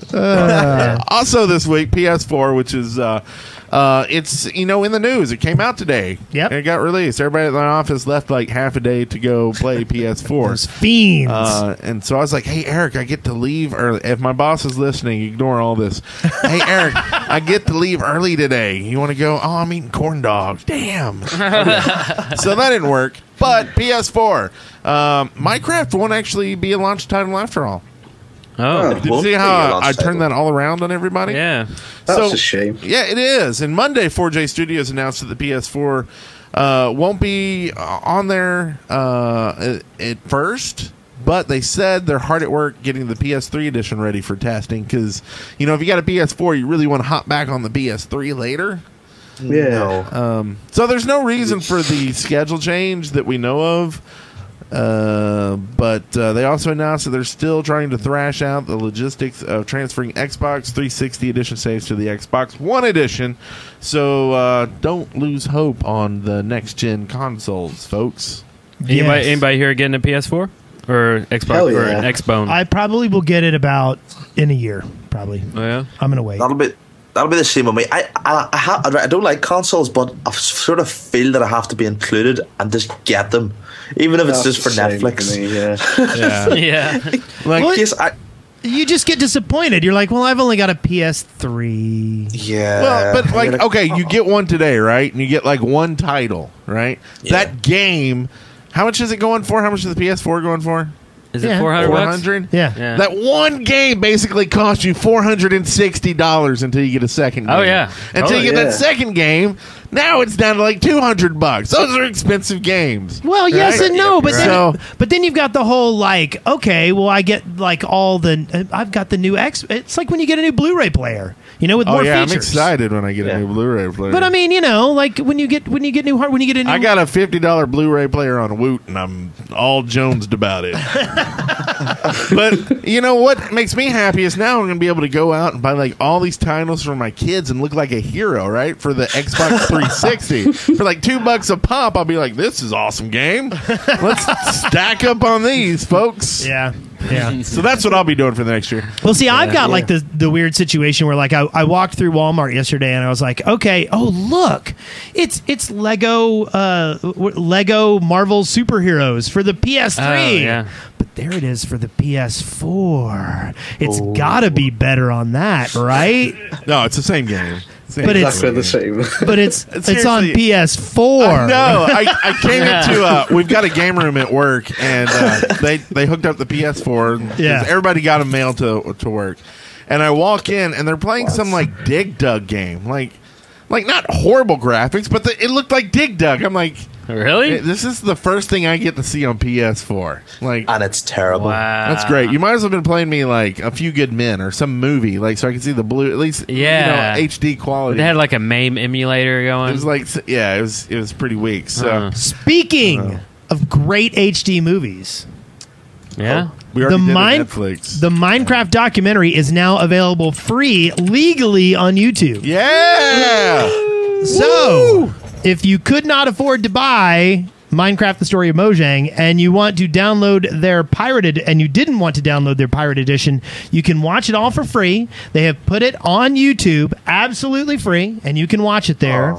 [SPEAKER 4] Also, this week, PS4, which is. Uh, uh, it's you know in the news. It came out today.
[SPEAKER 5] Yep.
[SPEAKER 4] it got released. Everybody at my office left like half a day to go play PS4.
[SPEAKER 5] Fiends.
[SPEAKER 4] Uh, and so I was like, "Hey, Eric, I get to leave early. If my boss is listening, ignore all this. Hey, Eric, I get to leave early today. You want to go? Oh, I'm eating corn dogs. Damn. so that didn't work. But PS4, um, Minecraft won't actually be a launch title after all.
[SPEAKER 6] Oh,
[SPEAKER 4] Did you
[SPEAKER 7] Won't
[SPEAKER 4] see
[SPEAKER 7] be a
[SPEAKER 4] how
[SPEAKER 7] launch
[SPEAKER 4] I turned
[SPEAKER 7] title.
[SPEAKER 4] that all around on everybody?
[SPEAKER 6] yeah.
[SPEAKER 8] That's a shame.
[SPEAKER 4] Yeah, it is. And Monday, 4J Studios announced that the PS4 uh, won't be uh, on there uh, at- at first, but they said they're hard at work getting the PS3 edition ready for testing because, you know, if you got a PS4, you really want to hop back on the PS3 later.
[SPEAKER 8] Yeah.
[SPEAKER 4] Um, So there's no reason for the schedule change that we know of. Uh, but uh, they also announced that they're still trying to thrash out the logistics of transferring Xbox 360 edition saves to the Xbox One edition. So uh, don't lose hope on the next gen consoles, folks.
[SPEAKER 6] Anybody,
[SPEAKER 5] Yes.
[SPEAKER 6] anybody here getting a PS4 or Xbox
[SPEAKER 8] Hell
[SPEAKER 6] or
[SPEAKER 8] yeah.
[SPEAKER 6] an Xbone?
[SPEAKER 5] I probably will get it about in a year. Probably.
[SPEAKER 6] oh, yeah.
[SPEAKER 5] I'm gonna wait.
[SPEAKER 7] That'll be that'll be the same with me. I I, I, ha- I don't like consoles, but I sort of feel that I have to be included and just get them, even if it's
[SPEAKER 8] That's
[SPEAKER 7] just for
[SPEAKER 8] the same
[SPEAKER 7] Netflix.
[SPEAKER 8] to me, yeah.
[SPEAKER 6] yeah.
[SPEAKER 4] Like,
[SPEAKER 5] Well,
[SPEAKER 7] Yes, I,
[SPEAKER 5] you just get disappointed. You're like, well, I've only got a PS3.
[SPEAKER 7] yeah.
[SPEAKER 4] Well, but like,
[SPEAKER 7] You're
[SPEAKER 4] okay, you get one today, right? And you get like one title, right?
[SPEAKER 7] Yeah.
[SPEAKER 4] That game, how much is it going for? How much is the PS4 going for?
[SPEAKER 6] Is it
[SPEAKER 5] Yeah.
[SPEAKER 6] 400 bucks?
[SPEAKER 4] 400?
[SPEAKER 5] Yeah.
[SPEAKER 6] Yeah.
[SPEAKER 4] That one game basically costs you four hundred and sixty dollars until you get a second. game.
[SPEAKER 6] Oh, yeah.
[SPEAKER 4] until
[SPEAKER 7] Oh,
[SPEAKER 4] you get
[SPEAKER 8] yeah.
[SPEAKER 4] that second game. Now it's down to like two hundred bucks. Those are expensive games.
[SPEAKER 5] Well, yes
[SPEAKER 4] Right.
[SPEAKER 5] and no, but then
[SPEAKER 4] So-
[SPEAKER 5] but then you've got the whole like, okay, well, I get like all the I've got the new X. It's like when you get a new Blu-ray player, You know, with
[SPEAKER 4] Oh
[SPEAKER 5] more
[SPEAKER 4] yeah, I'm
[SPEAKER 5] features.
[SPEAKER 4] excited when I get a new Blu-ray player.
[SPEAKER 5] But I mean, you know, like when you get when you get new hard when you get a new
[SPEAKER 4] I got a fifty dollar Blu-ray player on Woot, and I'm all jonesed about it. but you know what makes me happy is now I'm gonna be able to go out and buy like all these titles for my kids and look like a hero, right? For the Xbox 360, for like two bucks a pop, I'll be like, "This is awesome game. Let's stack up on these, folks."
[SPEAKER 5] Yeah, yeah.
[SPEAKER 4] So that's what I'll be doing for the next year.
[SPEAKER 5] Well, see, I've got like the the weird situation where like I, I walked through Walmart yesterday and I was like, okay, oh look, it's it's Lego uh w- Lego Marvel superheroes for the PS3.
[SPEAKER 6] Oh, yeah.
[SPEAKER 5] But there it is for the PS4. It's gotta be better on that, right?
[SPEAKER 4] No, it's the same game. Same
[SPEAKER 5] But it's-
[SPEAKER 8] Exactly the same.
[SPEAKER 5] but it's it's on
[SPEAKER 4] Seriously.
[SPEAKER 5] PS4.
[SPEAKER 4] No, I, I came into uh, we've got a game room at work, and uh, they they hooked up the PS4. 'cause
[SPEAKER 5] Yeah.
[SPEAKER 4] everybody got a mail to to work, and I walk in and they're playing some like Dig Dug game, like like not horrible graphics, but the, it looked like Dig Dug. I'm like,
[SPEAKER 6] Really?
[SPEAKER 4] this is the first thing I get to see on PS4. Like.
[SPEAKER 7] and it's terrible.
[SPEAKER 4] that's great. You might as well have been playing me like a few good men or some movie, like so I can see the blue at least,
[SPEAKER 6] Yeah.
[SPEAKER 4] you know, HD quality.
[SPEAKER 6] They had like a MAME emulator
[SPEAKER 4] it
[SPEAKER 6] going.
[SPEAKER 4] was like, s- yeah, it was it was pretty weak. So
[SPEAKER 6] Uh,
[SPEAKER 5] Speaking of great HD movies,
[SPEAKER 6] yeah.
[SPEAKER 4] we
[SPEAKER 5] the
[SPEAKER 4] already did a
[SPEAKER 5] mine-
[SPEAKER 4] Netflix.
[SPEAKER 5] the Minecraft documentary is now available free legally on YouTube.
[SPEAKER 4] Yeah.
[SPEAKER 5] So, if you could not afford to buy Minecraft: The Story of Mojang and you want to download their pirated and you didn't want to download their pirate edition, you can watch it all for free. They have put it on YouTube absolutely free and you can watch it there.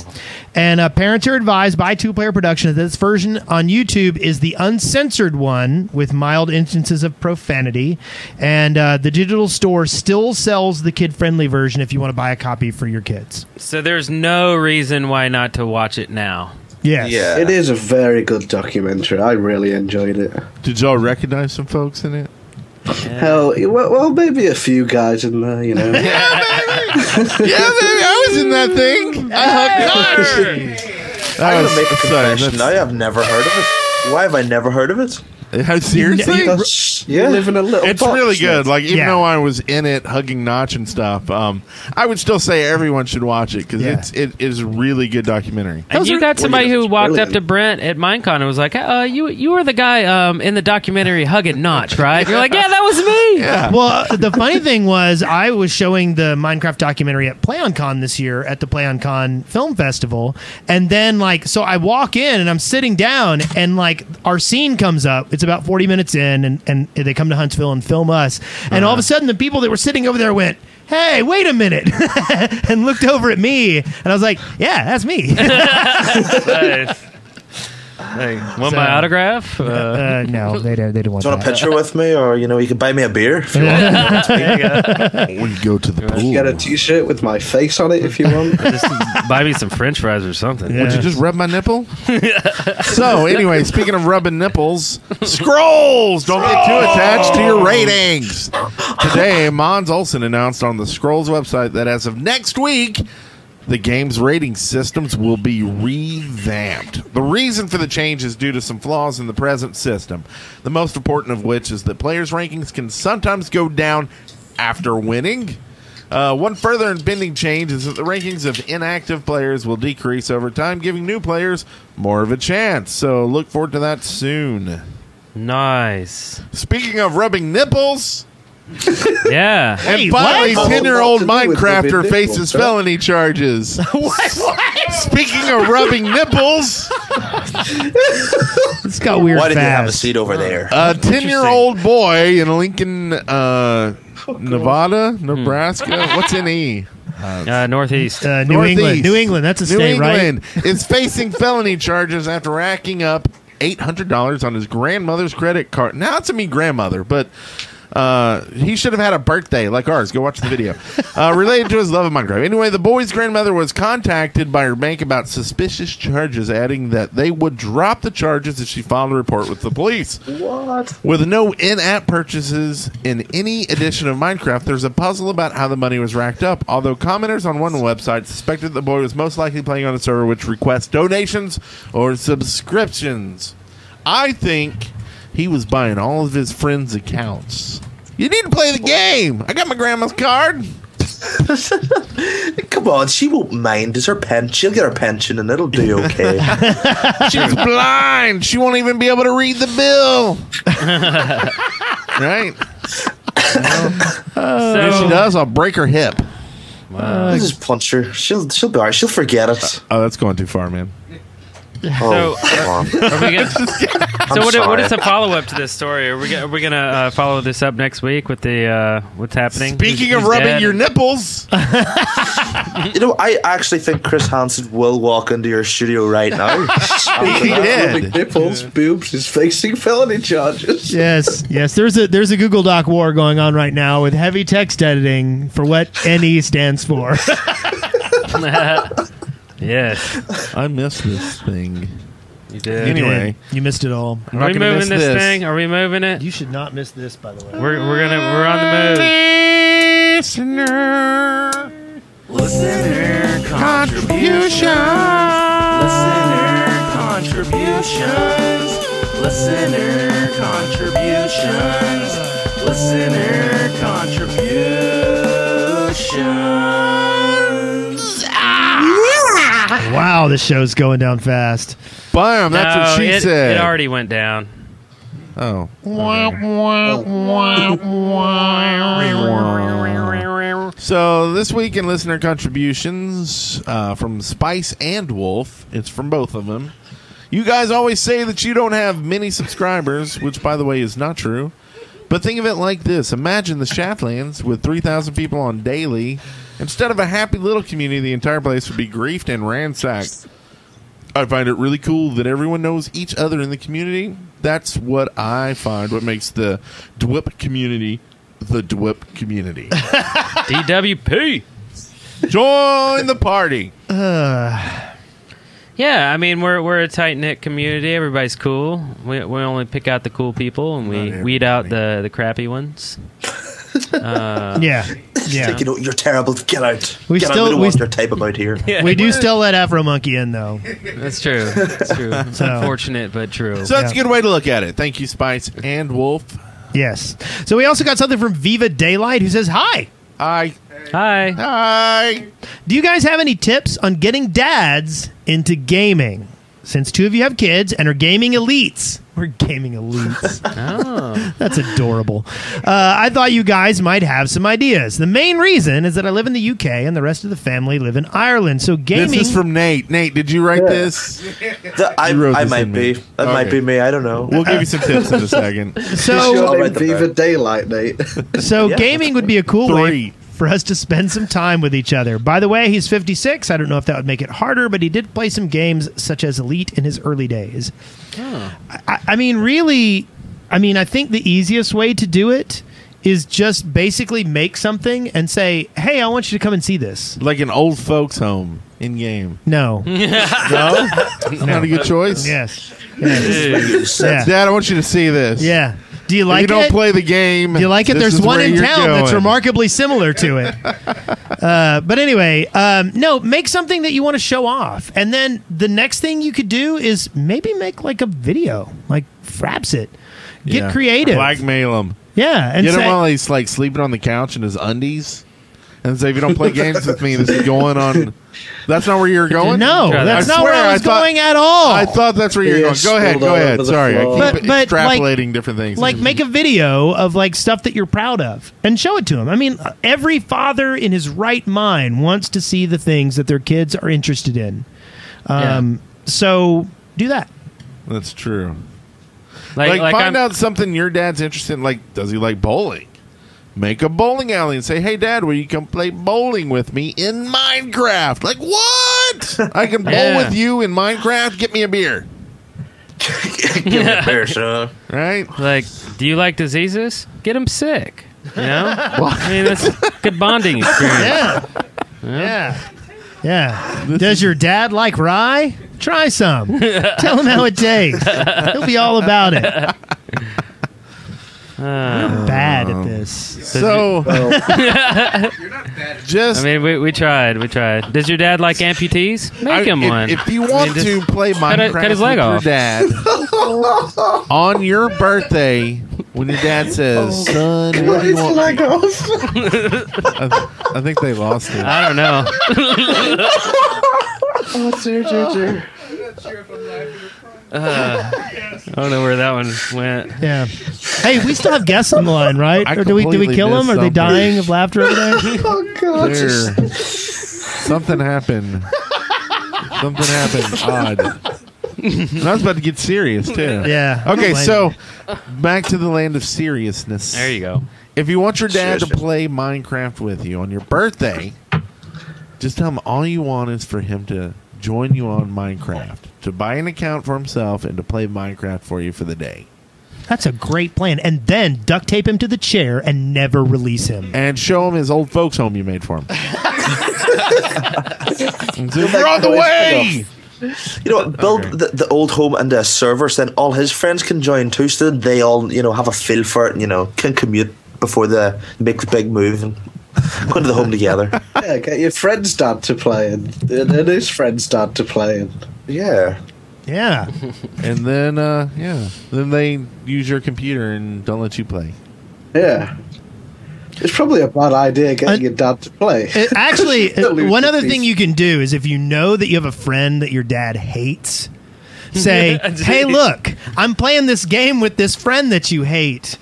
[SPEAKER 5] And uh, parents are advised by Two Player Productions that this version on YouTube is the uncensored one with mild instances of profanity. And uh, the digital store still sells the kid friendly version if you want to buy a copy for your kids.
[SPEAKER 6] So there's no reason why not to watch it now.
[SPEAKER 5] Yes.
[SPEAKER 7] Yeah.
[SPEAKER 8] It is a very good documentary. I really enjoyed it.
[SPEAKER 4] Did y'all recognize some folks in it?
[SPEAKER 8] Hell, well, well, maybe a few guys in there, you know.
[SPEAKER 4] Yeah, baby, I was in that thing. I hugged her.
[SPEAKER 7] I'm
[SPEAKER 4] I
[SPEAKER 7] gonna make a confession.
[SPEAKER 4] sorry,
[SPEAKER 7] I have never heard of it. Why have I Oh, never heard of it?
[SPEAKER 4] that's- How seriously?
[SPEAKER 8] That's- You live in a little
[SPEAKER 4] It's
[SPEAKER 8] box,
[SPEAKER 4] really good.
[SPEAKER 8] mate.
[SPEAKER 4] Like even
[SPEAKER 5] Yeah.
[SPEAKER 4] though I was in it hugging Notch and stuff, um, I would still say everyone should watch it because
[SPEAKER 5] Yeah.
[SPEAKER 4] it's it is a really good documentary.
[SPEAKER 6] And
[SPEAKER 5] Those
[SPEAKER 6] you
[SPEAKER 5] are-
[SPEAKER 6] got somebody who
[SPEAKER 8] it's
[SPEAKER 6] walked up
[SPEAKER 8] brilliant.
[SPEAKER 6] to Brent at Minecon and was like, uh, "You you were the guy um, in the documentary Hugging Notch, right?" You're like, "Yeah, that was me."
[SPEAKER 4] Yeah.
[SPEAKER 5] Well, uh, the funny thing was, I was showing the Minecraft documentary at PlayOnCon this year at the PlayOnCon Film Festival, and then like, so I walk in and I'm sitting down, and like our scene comes up. It's about 40 minutes in, and and they come to Huntsville and film us, and all of a sudden the people that were sitting over there went. Hey, wait a minute! and looked over at me, and I was like, "Yeah, that's me."
[SPEAKER 6] Want
[SPEAKER 5] So-
[SPEAKER 6] my autograph? Uh,
[SPEAKER 5] uh, no, they didn't. They didn't want
[SPEAKER 7] Do you want a
[SPEAKER 5] that.
[SPEAKER 7] picture with me, or you know, you could buy me a beer if you want?
[SPEAKER 4] When you go to the pool,
[SPEAKER 8] Get a T-shirt with my face on it if you want.
[SPEAKER 6] just buy me some French fries or something.
[SPEAKER 5] Yeah.
[SPEAKER 4] Would you just rub my nipple? so, anyway, speaking of rubbing nipples, scrolls! Don't get too attached to your ratings. Today, Mons Olsen announced on the Scrolls website that as of next week, the game's rating systems will be revamped. The reason for the change is due to some flaws in the present system, the most important of which is that players' rankings can sometimes go down after winning. Uh, one further and bending change is that the rankings of inactive players will decrease over time, giving new players more of a chance. So look forward to that soon.
[SPEAKER 6] Nice.
[SPEAKER 4] Speaking of rubbing nipples,
[SPEAKER 6] Yeah.
[SPEAKER 4] and
[SPEAKER 5] Wait,
[SPEAKER 4] finally,
[SPEAKER 8] what?
[SPEAKER 4] ten-year-old
[SPEAKER 8] Oh, what to do with
[SPEAKER 4] Minecrafter
[SPEAKER 8] rubbing
[SPEAKER 4] faces
[SPEAKER 8] nipples, huh?
[SPEAKER 4] felony charges. Speaking of rubbing nipples,
[SPEAKER 5] It's got weird.
[SPEAKER 7] Why did you have a
[SPEAKER 5] fast.
[SPEAKER 7] seat over there?
[SPEAKER 4] a ten-year-old boy in Lincoln,
[SPEAKER 5] Oh,
[SPEAKER 4] uh, Nevada, Nebraska. What's in E?
[SPEAKER 6] Uh, northeast.
[SPEAKER 5] Uh, New England,
[SPEAKER 4] Northeast.
[SPEAKER 5] New England. That's a
[SPEAKER 4] New
[SPEAKER 5] state, right?
[SPEAKER 4] England is facing felony charges after racking up eight hundred dollars on his grandmother's credit card. Now it's a me grandmother, but uh, he should have had a birthday like ours. Go watch the video uh, related to his love of Minecraft. Anyway, the boy's grandmother was contacted by her bank about suspicious charges, adding that they would drop the charges if she filed a report with the police. With no in-app purchases in any edition of Minecraft, there's a puzzle about how the money was racked up. Although commenters on one website suspected the boy was most likely playing on a server which requests donations or subscriptions. I think he was buying all of his friends' accounts. You need to play the game. I got my grandma's card.
[SPEAKER 7] Come on, she won't mind. It's her pen. She'll get her pension, and it'll do okay.
[SPEAKER 4] She's blind. She won't even be able to read the bill. right?
[SPEAKER 6] So,
[SPEAKER 4] if she does, I'll break her hip.
[SPEAKER 7] I'll just punch her. She'll she'll be alright. She'll forget it.
[SPEAKER 4] Oh, that's going too far, man.
[SPEAKER 6] So-
[SPEAKER 7] Oh, come
[SPEAKER 5] uh,
[SPEAKER 7] on.
[SPEAKER 6] Are we gonna, so what, what
[SPEAKER 7] sorry.
[SPEAKER 6] is the follow up to this story? Are we gonna, are we gonna uh, follow this up next week with the uh, what's happening?
[SPEAKER 4] Speaking
[SPEAKER 6] Who's-
[SPEAKER 4] of
[SPEAKER 6] who's
[SPEAKER 4] rubbing
[SPEAKER 6] dead?
[SPEAKER 4] your nipples,
[SPEAKER 7] You know, I actually think Chris Hansen will walk into your studio right now.
[SPEAKER 4] he
[SPEAKER 8] Rubbing
[SPEAKER 4] did.
[SPEAKER 8] nipples, boobs. He's facing felony charges.
[SPEAKER 5] Yes, yes. There's a there's a Google Doc war going on right now with heavy text editing for what NE stands for.
[SPEAKER 6] yes,
[SPEAKER 4] I missed this thing.
[SPEAKER 6] you did.
[SPEAKER 4] Anyway,
[SPEAKER 5] you missed it all.
[SPEAKER 4] I'm
[SPEAKER 6] are
[SPEAKER 4] not
[SPEAKER 6] we
[SPEAKER 4] gonna
[SPEAKER 6] moving
[SPEAKER 4] miss
[SPEAKER 6] this, thing? Are we moving it?
[SPEAKER 5] You should not miss this, by the way.
[SPEAKER 6] We're we're gonna we're on the move.
[SPEAKER 4] Listener contribution.
[SPEAKER 5] Wow, this show's going down fast.
[SPEAKER 4] Bam! That's
[SPEAKER 6] No,
[SPEAKER 4] what she
[SPEAKER 6] it,
[SPEAKER 4] said.
[SPEAKER 6] It already went down.
[SPEAKER 4] oh, so this week in listener contributions uh, from Spice and Wolf, it's from both of them. You guys always say that you don't have many subscribers, which by the way is not true. But think of it like this: Imagine the Shaftlands with three thousand people on daily. Instead of a happy little community, the entire place would be griefed and ransacked. I find it really cool that everyone knows each other in the community. That's what I find what makes the DWIP community the DWIP community.
[SPEAKER 6] DWP.
[SPEAKER 4] Join the party.
[SPEAKER 6] Yeah, I mean we're we're a tight knit community. Everybody's cool. We we only pick out the cool people and we
[SPEAKER 4] Not
[SPEAKER 6] weed out the the crappy ones.
[SPEAKER 5] yeah,
[SPEAKER 7] It's
[SPEAKER 5] yeah.
[SPEAKER 7] like, you know, you're terrible. Get out.
[SPEAKER 5] We
[SPEAKER 7] Get
[SPEAKER 5] still-
[SPEAKER 7] out. We don't
[SPEAKER 5] we
[SPEAKER 7] want
[SPEAKER 5] st-
[SPEAKER 7] your type about here.
[SPEAKER 5] We do still let Afro Monkey in though.
[SPEAKER 6] That's true. That's true. It's
[SPEAKER 5] So-
[SPEAKER 6] unfortunate but true.
[SPEAKER 4] So that's
[SPEAKER 5] Yeah.
[SPEAKER 4] a good way to look at it. Thank you, Spice and Wolf.
[SPEAKER 5] Yes. So we also got something from Viva Daylight who says hi.
[SPEAKER 4] I
[SPEAKER 6] Hi.
[SPEAKER 4] I
[SPEAKER 5] Do you guys have any tips on getting dads into gaming? Since two of you have kids and are gaming elites. We're gaming elites. That's adorable. Uh, I thought you guys might have some ideas. The main reason is that I live in the UK and the rest of the family live in Ireland. So gaming.
[SPEAKER 4] This is from Nate. Nate, did you write this?
[SPEAKER 7] Th- I,
[SPEAKER 4] You wrote
[SPEAKER 7] I
[SPEAKER 4] this
[SPEAKER 7] might
[SPEAKER 4] in me.
[SPEAKER 7] be. That might
[SPEAKER 4] Okay.
[SPEAKER 7] be me. I don't know.
[SPEAKER 4] We'll give you some tips in a second.
[SPEAKER 8] It's
[SPEAKER 5] so
[SPEAKER 7] I'll
[SPEAKER 8] your
[SPEAKER 7] write
[SPEAKER 8] name,
[SPEAKER 7] them
[SPEAKER 8] Viva
[SPEAKER 7] back.
[SPEAKER 8] Daylight, Nate.
[SPEAKER 5] So gaming would be a cool
[SPEAKER 4] Three.
[SPEAKER 5] way for us to spend some time with each other. By the way, he's 56. I don't know if that would make it harder, but he did play some games such as Elite in his early days. I, I mean, really, I mean, I think the easiest way to do it is just basically make something and say, "Hey, I want you to come and see this."
[SPEAKER 4] Like an old folks home in game.
[SPEAKER 5] No.
[SPEAKER 4] No? Not a good choice?
[SPEAKER 5] yes.
[SPEAKER 7] Dude.
[SPEAKER 5] Yeah.
[SPEAKER 4] Dad, I want you to see this.
[SPEAKER 5] Yeah. Do you
[SPEAKER 4] If
[SPEAKER 5] like
[SPEAKER 4] you don't
[SPEAKER 5] it?
[SPEAKER 4] play the game.
[SPEAKER 5] You like it?
[SPEAKER 4] this
[SPEAKER 5] There's
[SPEAKER 4] is
[SPEAKER 5] one
[SPEAKER 4] where
[SPEAKER 5] in
[SPEAKER 4] you're
[SPEAKER 5] town that's
[SPEAKER 4] going.
[SPEAKER 5] remarkably similar to it. uh, but anyway, um, no, make something that you want to show off. And then the next thing you could do is maybe make like a video, like fraps it. Get
[SPEAKER 4] Yeah.
[SPEAKER 5] creative.
[SPEAKER 4] Blackmail him.
[SPEAKER 5] yeah. And
[SPEAKER 4] Get him
[SPEAKER 5] say-
[SPEAKER 4] while he's like sleeping on the couch in his undies. And say, if you don't play games with me, this is going on. That's not where you're going?
[SPEAKER 5] no,
[SPEAKER 6] Try that.
[SPEAKER 5] that's
[SPEAKER 4] I
[SPEAKER 5] not where
[SPEAKER 4] swear,
[SPEAKER 5] I
[SPEAKER 4] I
[SPEAKER 5] was
[SPEAKER 4] thought-
[SPEAKER 5] going at all.
[SPEAKER 4] I thought that's where you're
[SPEAKER 8] Yeah,
[SPEAKER 4] going. Go ahead.
[SPEAKER 8] spilled all
[SPEAKER 4] Go
[SPEAKER 8] over
[SPEAKER 4] ahead.
[SPEAKER 8] the
[SPEAKER 4] Sorry. I
[SPEAKER 8] floor.
[SPEAKER 4] keep
[SPEAKER 5] But- but, like-
[SPEAKER 4] extrapolating different things.
[SPEAKER 5] like make a video of like stuff that you're proud of and show it to him. I mean, every father in his right mind wants to see the things that their kids are interested in. Um, So do that.
[SPEAKER 4] That's true.
[SPEAKER 6] Like,
[SPEAKER 4] Like,
[SPEAKER 6] like
[SPEAKER 4] find
[SPEAKER 6] I'm,
[SPEAKER 4] out something your dad's interested in. Like, does he like bowling? Make a bowling alley and say, "Hey, Dad, will you come play bowling with me in Minecraft?" Like, what? I can bowl
[SPEAKER 6] Yeah.
[SPEAKER 4] with you in Minecraft. Get me a beer,
[SPEAKER 7] Give me a beer, son.
[SPEAKER 4] right?
[SPEAKER 6] like, do you like diseases? Get them sick. You know? I mean, that's a good bonding experience.
[SPEAKER 5] Yeah. Yeah. Yeah. Does your dad like rye? Try some. Tell him how it tastes. He'll be all about it.
[SPEAKER 4] Uh,
[SPEAKER 5] We're bad
[SPEAKER 4] um,
[SPEAKER 5] at this.
[SPEAKER 4] So, just
[SPEAKER 6] I mean, we, we tried. We tried. Does your dad like amputees? Make him
[SPEAKER 4] if,
[SPEAKER 6] one.
[SPEAKER 4] if you want
[SPEAKER 6] just
[SPEAKER 4] to play Minecraft
[SPEAKER 6] cut his leg
[SPEAKER 4] with
[SPEAKER 6] off.
[SPEAKER 4] your dad on your birthday, When your dad says,
[SPEAKER 6] Oh,
[SPEAKER 4] "Son, who do
[SPEAKER 8] What is
[SPEAKER 4] you want?"
[SPEAKER 8] leg off?
[SPEAKER 4] I, I think they lost it.
[SPEAKER 6] I don't know.
[SPEAKER 8] Oh, dear, dear, dear.
[SPEAKER 6] I don't know where that one went.
[SPEAKER 5] Yeah. Hey, we still have guests on the line, right?
[SPEAKER 4] I
[SPEAKER 5] Or do we do we
[SPEAKER 4] completely
[SPEAKER 5] kill them?
[SPEAKER 4] missed
[SPEAKER 5] Are they
[SPEAKER 4] something.
[SPEAKER 5] dying of laughter over there?
[SPEAKER 8] Oh, God.
[SPEAKER 4] There. Something happened. Something happened. Odd. And I was about to get serious too.
[SPEAKER 5] Yeah.
[SPEAKER 4] Okay, so
[SPEAKER 5] Don't blame
[SPEAKER 4] back to the land of seriousness.
[SPEAKER 6] There you go.
[SPEAKER 4] If you want your dad to play
[SPEAKER 7] Seriously.
[SPEAKER 4] Minecraft with you on your birthday, just tell him all you want is for him to join you on Minecraft, to buy an account for himself, and to play Minecraft for you for the day.
[SPEAKER 5] That's a great plan. And then duct tape him to the chair and never release him.
[SPEAKER 4] And show him his old folks' home you made for him. And say, We're on the way!
[SPEAKER 7] You know what? Build the, the old home and the servers, then all his friends can join too. So that they all, you know, have a feel for it. And, you know, can commute before the make the big move and go to the home together.
[SPEAKER 8] Yeah, get your friend's dad to play and, and, and his friend's dad to play and.
[SPEAKER 7] Yeah,
[SPEAKER 5] Yeah.
[SPEAKER 4] And then, uh, yeah. Then they use your computer and don't let you play.
[SPEAKER 8] Yeah. It's probably a bad idea getting
[SPEAKER 5] I-
[SPEAKER 8] your dad to play.
[SPEAKER 5] It- actually,
[SPEAKER 8] They'll lose
[SPEAKER 5] one
[SPEAKER 8] the
[SPEAKER 5] other
[SPEAKER 8] piece.
[SPEAKER 5] thing you can do is if you know that you have a friend that your dad hates, say,
[SPEAKER 6] uh,
[SPEAKER 5] "Hey, look, I'm playing this game with this friend that you hate.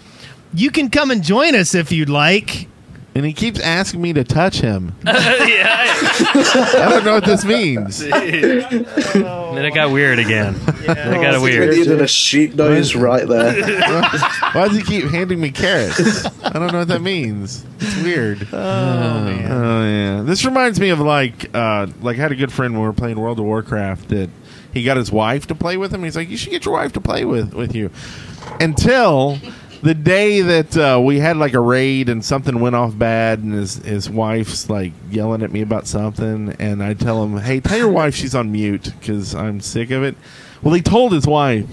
[SPEAKER 5] You can come and join us if you'd like."
[SPEAKER 4] And he keeps asking me to touch him.
[SPEAKER 6] yeah.
[SPEAKER 4] I don't know what this means.
[SPEAKER 6] Then it got weird again. Then it got
[SPEAKER 8] Oh,
[SPEAKER 6] weird.
[SPEAKER 8] We needed a sheep noise right there.
[SPEAKER 4] Why does he keep handing me carrots? I don't know what that means. It's weird. Oh, yeah. This reminds me of like uh, like I had a good friend when we were playing World of Warcraft that he got his wife to play with him. He's like, you should get your wife to play with with you. Until the day that uh, we had like a raid and something went off bad and his his wife's like yelling at me about something and I tell him, hey, tell your wife she's on mute because I'm sick of it. Well, he told his wife,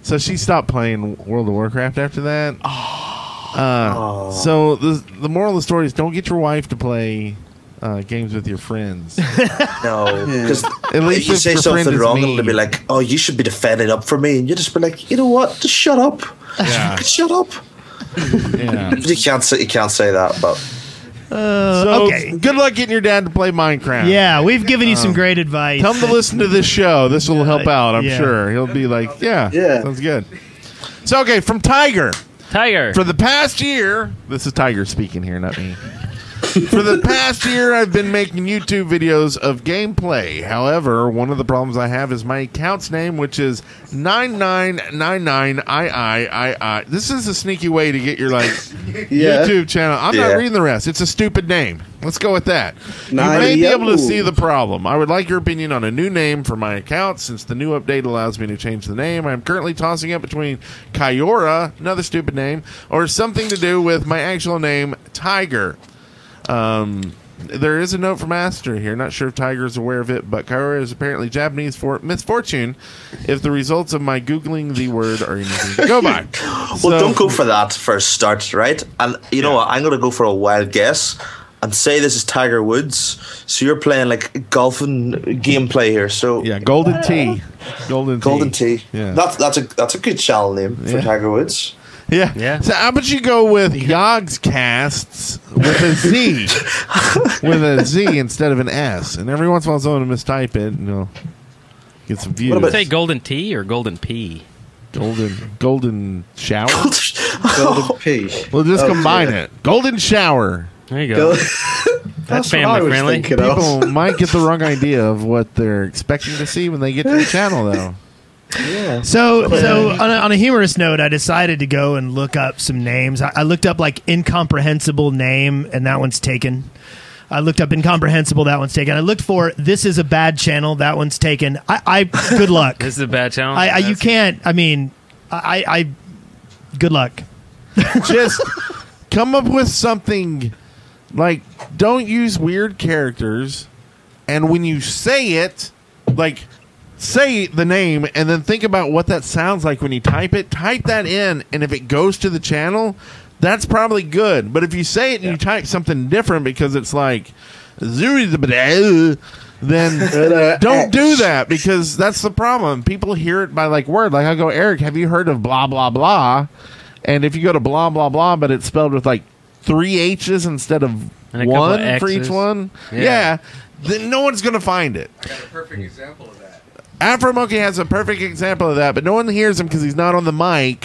[SPEAKER 4] so she stopped playing World of Warcraft after that.
[SPEAKER 5] Oh.
[SPEAKER 4] Uh, so the the moral of the story is don't get your wife to play uh, games with your friends.
[SPEAKER 7] no, because
[SPEAKER 4] At least
[SPEAKER 7] if you
[SPEAKER 4] if
[SPEAKER 7] say
[SPEAKER 4] your friend
[SPEAKER 7] something
[SPEAKER 4] is
[SPEAKER 7] wrong,
[SPEAKER 4] mean.
[SPEAKER 7] it'll be like, "Oh, you should be defending up for me," and you just be like, "You know what? Just shut up.
[SPEAKER 4] Yeah.
[SPEAKER 7] Just shut up."
[SPEAKER 4] yeah.
[SPEAKER 7] You can't say you can't say that, but
[SPEAKER 4] So
[SPEAKER 5] okay.
[SPEAKER 4] good luck getting your dad to play Minecraft.
[SPEAKER 5] Yeah, we've given you
[SPEAKER 4] Oh.
[SPEAKER 5] some great advice.
[SPEAKER 4] Tell him to listen to this show. This will help out, I'm
[SPEAKER 5] Yeah.
[SPEAKER 4] sure. He'll be like, yeah,
[SPEAKER 8] Yeah.
[SPEAKER 4] sounds good. So, okay, from Tiger.
[SPEAKER 6] Tiger.
[SPEAKER 4] For the past year, this is Tiger speaking here, not me. For the past year, I've been making YouTube videos of gameplay. However, one of the problems I have is my account's name, which is 9999 ii This is a sneaky way to get your like
[SPEAKER 8] Yeah.
[SPEAKER 4] YouTube channel. I'm
[SPEAKER 7] Yeah.
[SPEAKER 4] not reading the rest. It's a stupid name. Let's go with that. You
[SPEAKER 8] Nine-
[SPEAKER 4] may be able to
[SPEAKER 8] Yo.
[SPEAKER 4] see the problem. I would like your opinion on a new name for my account since the new update allows me to change the name. I'm currently tossing up between Kyora, another stupid name, or something to do with my actual name, Tiger. Um, there is a note from Aster here. Not sure if Tiger is aware of it, but Kyora is apparently Japanese for misfortune if the results of my Googling the word are anything to go by.
[SPEAKER 7] Well,
[SPEAKER 4] So-
[SPEAKER 7] don't go for that for a start, right? And you know what? I'm going to go for a wild guess and say this is Tiger Woods. So you're playing like golfing gameplay here. So
[SPEAKER 4] Yeah, Golden Tea. Golden
[SPEAKER 7] Golden Tee.
[SPEAKER 4] Yeah.
[SPEAKER 7] That's that's a that's a good channel name for Tiger Woods.
[SPEAKER 4] Yeah.
[SPEAKER 6] Yeah.
[SPEAKER 4] So how about you go with Yogg's casts with a Z. with a Z instead of an S. And every once in a while someone will mistype it and they'll get some views.
[SPEAKER 7] What about-
[SPEAKER 6] say golden tea or golden pea?
[SPEAKER 4] golden golden shower?
[SPEAKER 8] Golden P.
[SPEAKER 4] We'll just
[SPEAKER 7] Oh,
[SPEAKER 4] combine it. Golden shower.
[SPEAKER 6] There you go. That's family friendly.
[SPEAKER 8] thinking of.
[SPEAKER 4] People might get the wrong idea of what they're expecting to see when they get to the channel though.
[SPEAKER 5] So, so on a, on a humorous note, I decided to go and look up some names. I, I looked up like incomprehensible name, and that one's taken. I looked up incomprehensible, that one's taken. I looked for this is a bad channel, that one's taken. I, I good luck.
[SPEAKER 6] This is a bad challenge.
[SPEAKER 5] I, I you
[SPEAKER 6] That's-
[SPEAKER 5] can't. I mean, I, I, I good luck.
[SPEAKER 4] just come up with something like don't use weird characters and when you say it like say the name and then think about what that sounds like when you type it type that in and if it goes to the channel that's probably good but if you say it and you type something different because it's like then don't do that because that's the problem people hear it by like word like i go eric have you heard of blah blah blah And if you go to blah blah blah, but it's spelled with like three H's instead of
[SPEAKER 6] And a couple
[SPEAKER 4] one
[SPEAKER 6] of
[SPEAKER 4] for each
[SPEAKER 6] X's.
[SPEAKER 4] one,
[SPEAKER 6] Yeah.
[SPEAKER 4] yeah, then no one's gonna find it.
[SPEAKER 10] Perfect example of that.
[SPEAKER 4] Afro Monkey has a perfect example of that, but no one hears him because he's not on the mic.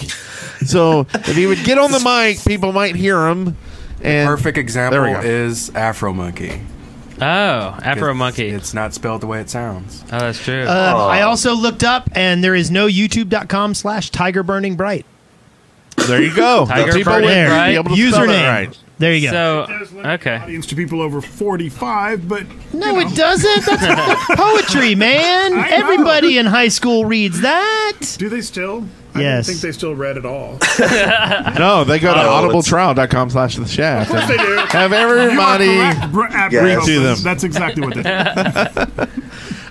[SPEAKER 4] So if he would get on the mic, people might hear him. And
[SPEAKER 10] Perfect example
[SPEAKER 4] There we go.
[SPEAKER 10] is Afro Monkey.
[SPEAKER 6] Oh, Afro
[SPEAKER 10] It's-
[SPEAKER 6] Monkey.
[SPEAKER 10] It's not spelled the way it sounds.
[SPEAKER 6] oh, that's true.
[SPEAKER 1] uh,
[SPEAKER 5] Um, I also looked up, and there is no YouTube.com slash Tiger Burning Bright
[SPEAKER 4] There you go.
[SPEAKER 6] Tiger
[SPEAKER 4] The people
[SPEAKER 6] Burning
[SPEAKER 4] would
[SPEAKER 6] Bright.
[SPEAKER 4] be able to spell that
[SPEAKER 5] username.
[SPEAKER 4] right.
[SPEAKER 5] There you go.
[SPEAKER 9] There's
[SPEAKER 6] So,
[SPEAKER 9] limited
[SPEAKER 6] okay.
[SPEAKER 9] Audience to people over 45, but
[SPEAKER 5] no, it doesn't. That's fucking poetry, man.
[SPEAKER 9] I know.
[SPEAKER 5] Everybody in high school reads that.
[SPEAKER 9] do they still? I don't
[SPEAKER 5] Yes.
[SPEAKER 9] think they still read it all.
[SPEAKER 4] No, they go to
[SPEAKER 7] Oh, it's-
[SPEAKER 4] audibletrial.com slash the shaft.
[SPEAKER 9] they do.
[SPEAKER 4] Have
[SPEAKER 9] You are
[SPEAKER 4] everybody.
[SPEAKER 9] correct, Br- at
[SPEAKER 7] Yes.
[SPEAKER 9] Bristol.
[SPEAKER 4] To them.
[SPEAKER 9] That's exactly what they do.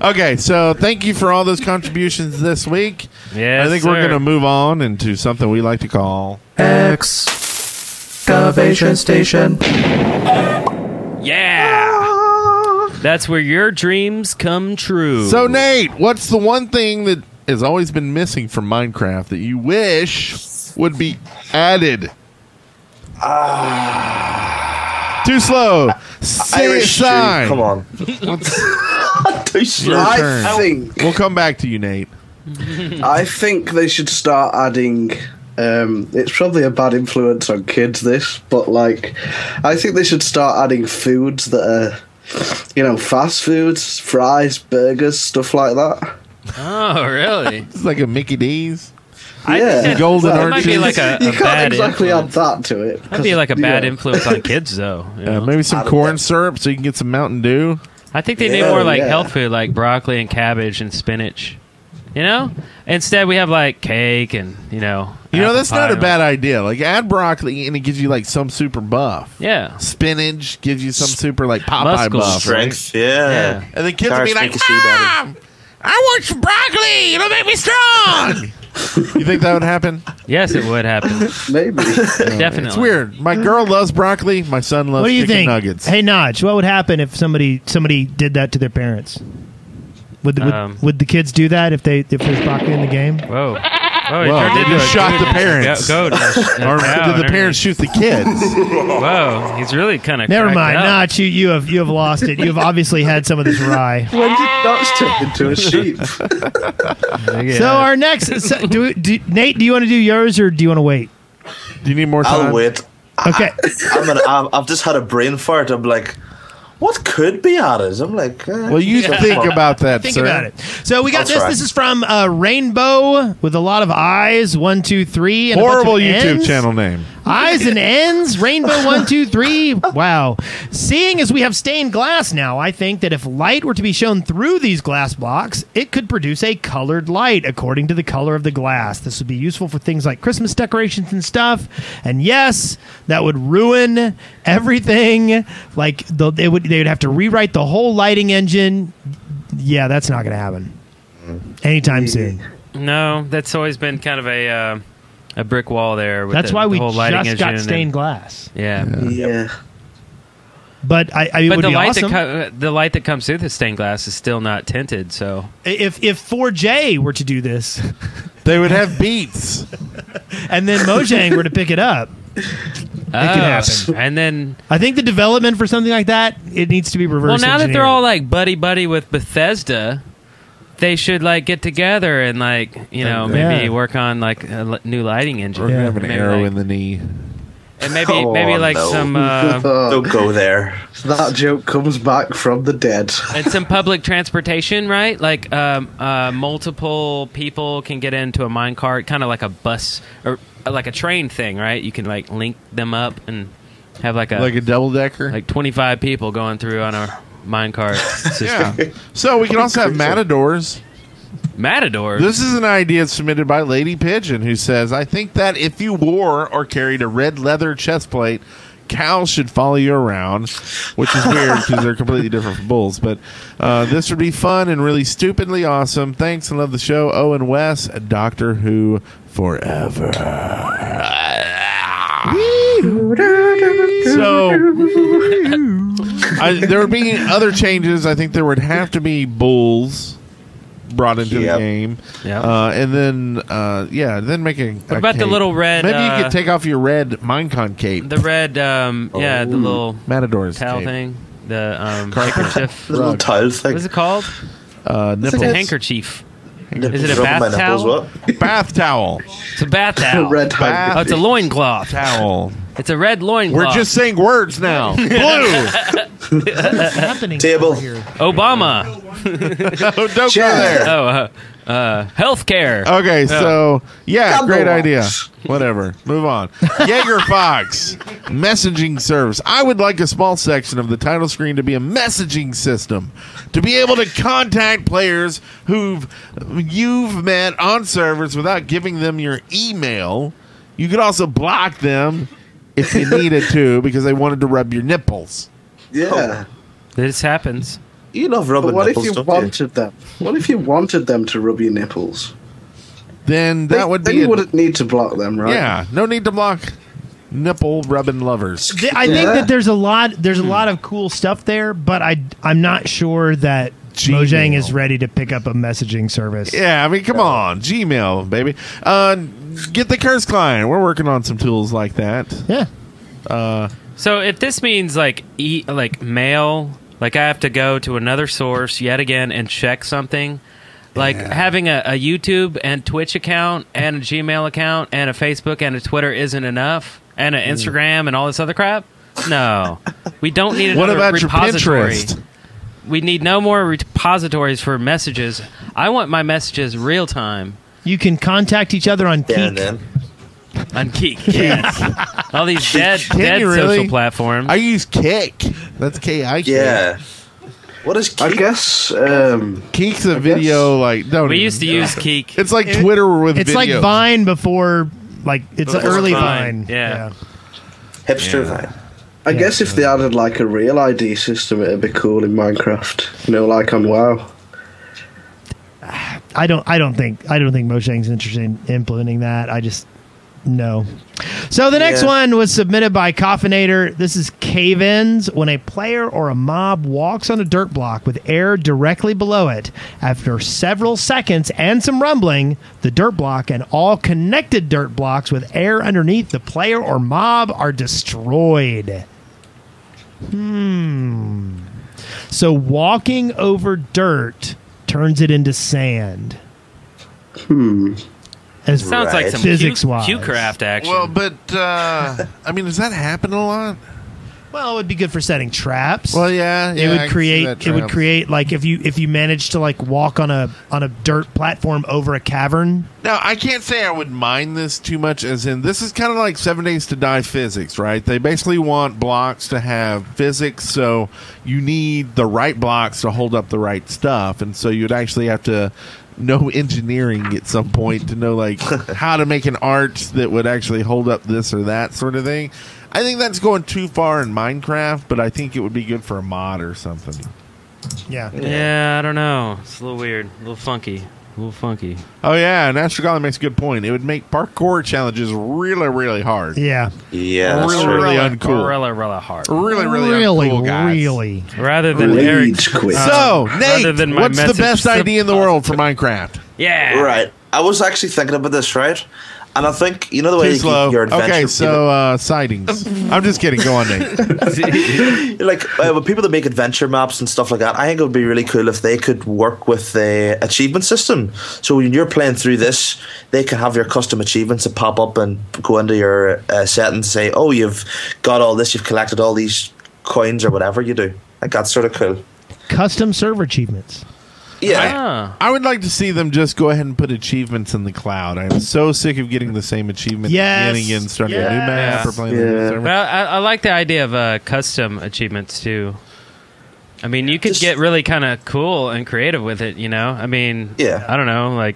[SPEAKER 4] Okay, so thank you for all those contributions this week.
[SPEAKER 6] Yes,
[SPEAKER 4] I think we're
[SPEAKER 6] sir.
[SPEAKER 4] going to move on into something we like to call.
[SPEAKER 2] Excavation station.
[SPEAKER 6] Yeah. That's where your dreams come true.
[SPEAKER 4] So, Nate, what's the one thing that has always been missing from Minecraft that you wish would be added? Too slow. Say
[SPEAKER 7] Ah. Irish
[SPEAKER 4] Irish
[SPEAKER 7] stew. Come on. Too slow.
[SPEAKER 8] I
[SPEAKER 4] turn.
[SPEAKER 8] think
[SPEAKER 4] We'll come back to you, Nate.
[SPEAKER 8] I think they should start adding. Um, it's probably a bad influence on kids, this, but like, I think they should start adding foods that are, you know, fast foods, fries, burgers, stuff like that.
[SPEAKER 6] oh, really?
[SPEAKER 4] It's like a Mickey D's.
[SPEAKER 6] I think
[SPEAKER 8] Yeah.
[SPEAKER 6] that-
[SPEAKER 4] Golden
[SPEAKER 6] that might be
[SPEAKER 4] arches.
[SPEAKER 6] like a, a
[SPEAKER 8] you
[SPEAKER 6] bad
[SPEAKER 8] can't exactly
[SPEAKER 6] influence.
[SPEAKER 8] add that to it.
[SPEAKER 6] That'd be like a
[SPEAKER 8] 'cause,
[SPEAKER 6] bad
[SPEAKER 8] yeah.
[SPEAKER 6] influence on kids, though. you
[SPEAKER 4] Uh,
[SPEAKER 6] know?
[SPEAKER 4] maybe some corn syrup so you can get some Mountain Dew.
[SPEAKER 6] I think they need
[SPEAKER 8] Yeah,
[SPEAKER 6] more like
[SPEAKER 8] yeah.
[SPEAKER 6] health food, like broccoli and cabbage and spinach. You know, instead we have like cake and you know.
[SPEAKER 4] You know,
[SPEAKER 6] apple
[SPEAKER 4] that's
[SPEAKER 6] pie
[SPEAKER 4] not a
[SPEAKER 6] and-
[SPEAKER 4] bad idea. Like, add broccoli and it gives you, like, some super buff.
[SPEAKER 6] Yeah.
[SPEAKER 4] Spinach gives you some super, like, Popeye
[SPEAKER 6] Muscle
[SPEAKER 4] buff. right?
[SPEAKER 7] Strength. Yeah.
[SPEAKER 6] Yeah.
[SPEAKER 4] And the kids
[SPEAKER 7] Cars
[SPEAKER 4] will be like, "Ah!"
[SPEAKER 7] make you see better.
[SPEAKER 4] Mom, I want some broccoli. It'll make me strong. you think that would happen?
[SPEAKER 6] Yes, it would happen.
[SPEAKER 8] Maybe.
[SPEAKER 6] Definitely.
[SPEAKER 4] It's weird. My girl loves broccoli. My son loves
[SPEAKER 5] What do you
[SPEAKER 4] chicken
[SPEAKER 5] think?
[SPEAKER 4] nuggets.
[SPEAKER 5] Hey, Notch, what would happen if somebody somebody did that to their parents? Would the, would,
[SPEAKER 6] Um.
[SPEAKER 5] would the kids do that if they if there's broccoli in the game?
[SPEAKER 6] Whoa. Whoa, he
[SPEAKER 4] Whoa,
[SPEAKER 6] turned
[SPEAKER 4] he
[SPEAKER 6] into
[SPEAKER 4] just
[SPEAKER 6] a
[SPEAKER 4] shot
[SPEAKER 6] goat.
[SPEAKER 4] the parents.
[SPEAKER 6] Go, goat and a-
[SPEAKER 4] Or
[SPEAKER 6] and a cow
[SPEAKER 4] did
[SPEAKER 6] and
[SPEAKER 4] the parents shoot the kids?
[SPEAKER 6] everything. Whoa, he's really kind of.
[SPEAKER 5] Never mind, Notch, you you have you have lost it. You have obviously had some of this rye.
[SPEAKER 8] when did dogs turn into a sheep?
[SPEAKER 5] So our next, so, do, we- do, Nate, do you want to do yours or do you want to wait?
[SPEAKER 4] do you need more time?
[SPEAKER 7] I'll wait.
[SPEAKER 4] Uh,
[SPEAKER 5] Okay,
[SPEAKER 7] I'm an, I'm, I've just had a brain fart. I'm like, what could be added? I'm like, eh.
[SPEAKER 4] Well, you think about that,
[SPEAKER 5] think
[SPEAKER 4] sir.
[SPEAKER 5] about it. So we got
[SPEAKER 7] I'll
[SPEAKER 5] this.
[SPEAKER 7] try.
[SPEAKER 5] This is from uh, Rainbow with a lot of eyes. One, two, three. And a bunch of
[SPEAKER 4] Horrible YouTube
[SPEAKER 5] ends.
[SPEAKER 4] channel name.
[SPEAKER 5] Eyes and ends, rainbow one, two, three. Wow. Seeing as we have stained glass now, I think that if light were to be shown through these glass blocks, it could produce a colored light according to the color of the glass. This would be useful for things like Christmas decorations and stuff. And yes, that would ruin everything. Like the, they would, they would have to rewrite the whole lighting engine. Yeah, that's not going to happen anytime soon.
[SPEAKER 6] No, that's always been kind of a uh, a brick wall there. With
[SPEAKER 5] That's
[SPEAKER 6] the,
[SPEAKER 5] why
[SPEAKER 6] the
[SPEAKER 5] we
[SPEAKER 6] whole lighting
[SPEAKER 5] just got
[SPEAKER 6] engine
[SPEAKER 5] stained
[SPEAKER 6] and-
[SPEAKER 5] glass.
[SPEAKER 6] Yeah.
[SPEAKER 8] yeah.
[SPEAKER 5] But I, I it
[SPEAKER 6] But
[SPEAKER 5] would
[SPEAKER 6] the
[SPEAKER 5] be
[SPEAKER 6] light
[SPEAKER 5] awesome.
[SPEAKER 6] that co- the light that comes through the stained glass is still not tinted. So
[SPEAKER 5] if if 4J were to do this,
[SPEAKER 4] They would have beats.
[SPEAKER 5] and then Mojang were to pick it up,
[SPEAKER 6] Oh,
[SPEAKER 5] happen.
[SPEAKER 6] And then,
[SPEAKER 5] I think the development for something like that it needs to be
[SPEAKER 6] well,
[SPEAKER 5] reversed.
[SPEAKER 6] now that
[SPEAKER 5] engineered.
[SPEAKER 6] they're all like buddy buddy with Bethesda, they should like get together and like you know maybe
[SPEAKER 5] Yeah.
[SPEAKER 6] work on like a l- new lighting engine.
[SPEAKER 4] We're gonna have an
[SPEAKER 6] Maybe,
[SPEAKER 4] arrow
[SPEAKER 6] like-
[SPEAKER 4] in the knee.
[SPEAKER 6] And maybe
[SPEAKER 7] Oh,
[SPEAKER 6] maybe like
[SPEAKER 7] no.
[SPEAKER 6] some uh,
[SPEAKER 7] don't go there.
[SPEAKER 8] Oh, that joke comes back from the dead.
[SPEAKER 6] and some public transportation, right? Like um, uh, multiple people can get into a minecart, kind of like a bus or uh, like a train thing, right? You can like link them up and have like a
[SPEAKER 4] Like
[SPEAKER 6] like,
[SPEAKER 4] a double decker.
[SPEAKER 6] 25 people going through on a minecart system.
[SPEAKER 4] yeah. So we can also have matadors.
[SPEAKER 6] Matador.
[SPEAKER 4] This is an idea submitted by Lady Pigeon, who says, I think that if you wore or carried a red leather chest plate, cows should follow you around, which is weird because they're completely different from bulls. But uh, this would be fun and really stupidly awesome. Thanks and love the show. Owen West, Doctor Who forever. So I, there would be other changes. I think there would have to be bulls brought into
[SPEAKER 6] Yep.
[SPEAKER 4] the game.
[SPEAKER 6] Yeah.
[SPEAKER 4] Uh, and then, uh, yeah, then making.
[SPEAKER 6] What about the little red,
[SPEAKER 4] Maybe you
[SPEAKER 6] uh,
[SPEAKER 4] could take off your red Minecon cape.
[SPEAKER 6] The red, um, yeah, the
[SPEAKER 4] Ooh.
[SPEAKER 6] little
[SPEAKER 4] Matador's
[SPEAKER 6] towel
[SPEAKER 4] cape.
[SPEAKER 6] thing. The um,
[SPEAKER 4] Cracker.
[SPEAKER 6] handkerchief.
[SPEAKER 4] The little
[SPEAKER 7] towel thing.
[SPEAKER 6] What's it called?
[SPEAKER 4] Uh,
[SPEAKER 6] It's
[SPEAKER 4] nipples.
[SPEAKER 6] a handkerchief. Is it a
[SPEAKER 4] Rub my
[SPEAKER 6] bath
[SPEAKER 4] nipples,
[SPEAKER 6] towel?
[SPEAKER 4] Bath towel.
[SPEAKER 6] It's a bath towel.
[SPEAKER 4] Red towel.
[SPEAKER 6] Oh, it's a loincloth.
[SPEAKER 4] Towel.
[SPEAKER 6] It's a red loincloth.
[SPEAKER 4] We're just saying words now. Blue.
[SPEAKER 6] What's
[SPEAKER 5] happening
[SPEAKER 6] Table.
[SPEAKER 5] over here?
[SPEAKER 6] Obama.
[SPEAKER 4] no, don't go there.
[SPEAKER 6] Oh, uh, uh, healthcare.
[SPEAKER 4] Okay, so yeah,
[SPEAKER 6] Gumbo
[SPEAKER 4] great
[SPEAKER 6] Fox.
[SPEAKER 4] idea. Whatever. Move on. Jaeger Fox messaging service. I would like a small section of the title screen to be a messaging system to be able to contact players who've you've met on servers without giving them your email. You could also block them if you needed to because they wanted to rub your nipples.
[SPEAKER 7] Oh,
[SPEAKER 8] Yeah.
[SPEAKER 6] This happens.
[SPEAKER 7] You love
[SPEAKER 8] But what if you wanted them? What if you wanted them to rub your nipples?
[SPEAKER 4] Then that would
[SPEAKER 8] then
[SPEAKER 4] be
[SPEAKER 8] you
[SPEAKER 4] a-
[SPEAKER 8] wouldn't need to block them, right?
[SPEAKER 4] Yeah, no need to block nipple rubbing lovers.
[SPEAKER 5] Th- I think that there's a lot there's a lot of cool stuff there, but I I'm not sure that Mojang is ready to pick up a messaging service.
[SPEAKER 4] Yeah, I mean, come on, Gmail, baby. Uh, get the curse client. We're working on some tools like that.
[SPEAKER 5] Yeah.
[SPEAKER 4] Uh,
[SPEAKER 6] So if this means like e- like mail, like I have to go to another source yet again and check something, like having a, a YouTube and Twitch account and a Gmail account and a Facebook and a Twitter isn't enough, and
[SPEAKER 4] Mm.
[SPEAKER 6] an Instagram and all this other crap. No, we don't need
[SPEAKER 4] What
[SPEAKER 6] another
[SPEAKER 4] about your
[SPEAKER 6] repository.
[SPEAKER 4] Pinterest?
[SPEAKER 6] We need no more repositories for messages. I want my messages real time
[SPEAKER 5] You can contact each other on Keek.
[SPEAKER 6] on Geek. all these dead
[SPEAKER 4] Can
[SPEAKER 6] dead
[SPEAKER 4] you
[SPEAKER 6] social
[SPEAKER 4] really?
[SPEAKER 6] platforms.
[SPEAKER 4] I use Kick. That's K I K.
[SPEAKER 6] Yeah.
[SPEAKER 7] What is
[SPEAKER 8] I guess um
[SPEAKER 4] Keek's a video like don't
[SPEAKER 6] We
[SPEAKER 4] even-
[SPEAKER 6] used to use Keek.
[SPEAKER 4] It's like Twitter with
[SPEAKER 5] It's
[SPEAKER 4] videos.
[SPEAKER 5] like Vine before like it's an
[SPEAKER 6] Before
[SPEAKER 5] early
[SPEAKER 6] Vine,
[SPEAKER 5] Vine.
[SPEAKER 6] yeah.
[SPEAKER 7] Hipster
[SPEAKER 8] Yeah. I guess if they added like a real ID system, it'd be cool in Minecraft. You know, like on WoW.
[SPEAKER 5] I don't I don't think I don't think Mojang's interested in implementing that. I just no. So the next
[SPEAKER 6] Yeah.
[SPEAKER 5] one was submitted by Coffinator. This is cave-ins when a player or a mob walks on a dirt block with air directly below it. After several seconds and some rumbling, the dirt block and all connected dirt blocks with air underneath the player or mob are destroyed. Hmm. So walking over dirt turns it into sand.
[SPEAKER 8] Hmm.
[SPEAKER 5] As
[SPEAKER 6] Sounds like some
[SPEAKER 5] physics wise.
[SPEAKER 6] Q craft action.
[SPEAKER 4] Well, but uh, I mean, does that happen a lot?
[SPEAKER 5] Well, it would be good for setting traps.
[SPEAKER 4] Well, yeah, yeah, I
[SPEAKER 5] it
[SPEAKER 4] can
[SPEAKER 5] would
[SPEAKER 4] see that
[SPEAKER 5] create. It would
[SPEAKER 4] traps.
[SPEAKER 5] create like if you if you manage to like walk on a on a dirt platform over a cavern.
[SPEAKER 4] Now, I can't say I would mind this too much, as in, this is kind of like Seven Days to Die physics, right? They basically want blocks to have physics, so you need the right blocks to hold up the right stuff. And so you'd actually have to know engineering at some point to know, like, how to make an art that would actually hold up this or that sort of thing. I think that's going too far in Minecraft, but I think it would be good for a mod or something.
[SPEAKER 5] Yeah.
[SPEAKER 6] Yeah, I don't know. It's a little weird, a little funky, a little funky.
[SPEAKER 4] Oh, yeah, and Astrogola makes a good point. It would make parkour challenges really, really hard.
[SPEAKER 5] Yeah.
[SPEAKER 7] Yeah,
[SPEAKER 4] that's Really, true. really uncool.
[SPEAKER 6] Really, really hard.
[SPEAKER 4] Really, really,
[SPEAKER 5] Really,
[SPEAKER 4] uncool, guys.
[SPEAKER 5] really.
[SPEAKER 6] Rather than
[SPEAKER 4] Rage
[SPEAKER 6] Eric's
[SPEAKER 4] quit.
[SPEAKER 6] uh,
[SPEAKER 4] So,
[SPEAKER 6] rather
[SPEAKER 4] Nate,
[SPEAKER 6] than my
[SPEAKER 4] what's the
[SPEAKER 6] message
[SPEAKER 4] best
[SPEAKER 6] sub-
[SPEAKER 4] idea in the world for Minecraft?
[SPEAKER 6] Yeah.
[SPEAKER 7] Right. I was actually thinking about this, right? And I think you know the way
[SPEAKER 4] Too
[SPEAKER 7] you keep
[SPEAKER 4] slow.
[SPEAKER 7] your adventure.
[SPEAKER 4] Okay, so uh, sightings. I'm just kidding. Go on, Nate.
[SPEAKER 7] like uh, with people that make adventure maps and stuff like that, I think it would be really cool if they could work with the achievement system. So when you're playing through this, they can have your custom achievements that pop up and go into your uh, set and say, "Oh, you've got all this. You've collected all these coins or whatever you do." Like that's sort of cool.
[SPEAKER 5] Custom server achievements.
[SPEAKER 6] Ah.
[SPEAKER 4] Yeah. I, I would like to see them just go ahead and put achievements in the cloud. I'm so sick of getting the same achievement
[SPEAKER 6] Yes.
[SPEAKER 4] again and again, starting a new
[SPEAKER 6] Yes.
[SPEAKER 4] map or playing a new server.
[SPEAKER 6] But I, I- I like the idea of uh, custom achievements too. I mean, you could get really kind of cool and creative with it. You know, I mean, yeah. I don't know, like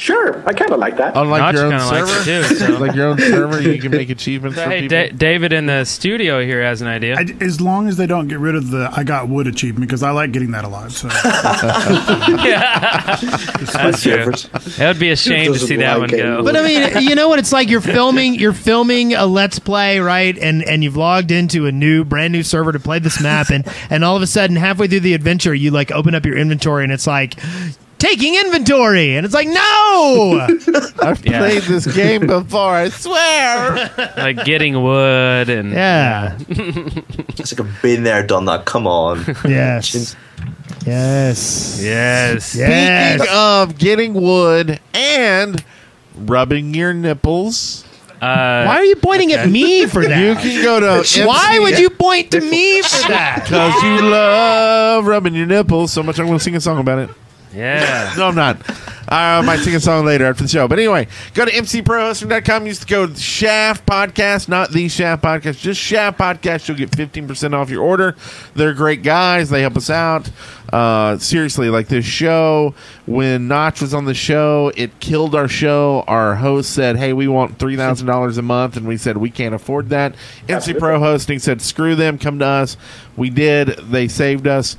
[SPEAKER 11] Sure, I kind of like that.
[SPEAKER 4] Unlike
[SPEAKER 6] Notch
[SPEAKER 4] your own
[SPEAKER 6] kinda likes
[SPEAKER 4] server,
[SPEAKER 6] it too, so.
[SPEAKER 4] like your own server, you can make achievements for
[SPEAKER 6] hey,
[SPEAKER 4] people.
[SPEAKER 6] Da- David in the studio here has an idea.
[SPEAKER 9] I, as long as they don't get rid of the I got wood achievement because I like getting that a lot. So
[SPEAKER 6] That's true. That would be a shame to
[SPEAKER 9] doesn't
[SPEAKER 6] see that
[SPEAKER 9] like
[SPEAKER 6] one
[SPEAKER 9] it?
[SPEAKER 6] go.
[SPEAKER 5] But I mean, you know what it's like. You're filming. You're filming a let's play, right? And and you've logged into a new, brand new server to play this map, and and all of a sudden, halfway through the adventure, you like open up your inventory, and it's like. taking inventory, and it's like, no.
[SPEAKER 4] I've
[SPEAKER 6] Yeah.
[SPEAKER 4] played this game before. I swear.
[SPEAKER 6] like getting wood and
[SPEAKER 5] Yeah.
[SPEAKER 7] It's like I've been there, done that. Come on.
[SPEAKER 5] Yes. Yes.
[SPEAKER 6] Yes.
[SPEAKER 5] Yes.
[SPEAKER 4] Speaking of getting wood and rubbing your nipples.
[SPEAKER 6] Uh,
[SPEAKER 5] Why are you pointing at me for that?
[SPEAKER 4] You can go to
[SPEAKER 5] Why
[SPEAKER 4] MC
[SPEAKER 5] would you point to me for that?
[SPEAKER 4] Because you love rubbing your nipples so much, I'm going to sing a song about it.
[SPEAKER 6] Yeah.
[SPEAKER 4] No, I'm not. I might sing a song later after the show. But anyway, go to mcprohosting.com. Use the code Shaft Podcast, not the Shaft Podcast, just Shaft Podcast. You'll get 15% off your order. They're great guys. They help us out. Uh, seriously, like this show, when Notch was on the show, it killed our show. Our host said, Hey, we want $3,000 a month. And we said, We can't afford that. MC Pro Hosting said, Screw them. Come to us. We did. They saved us.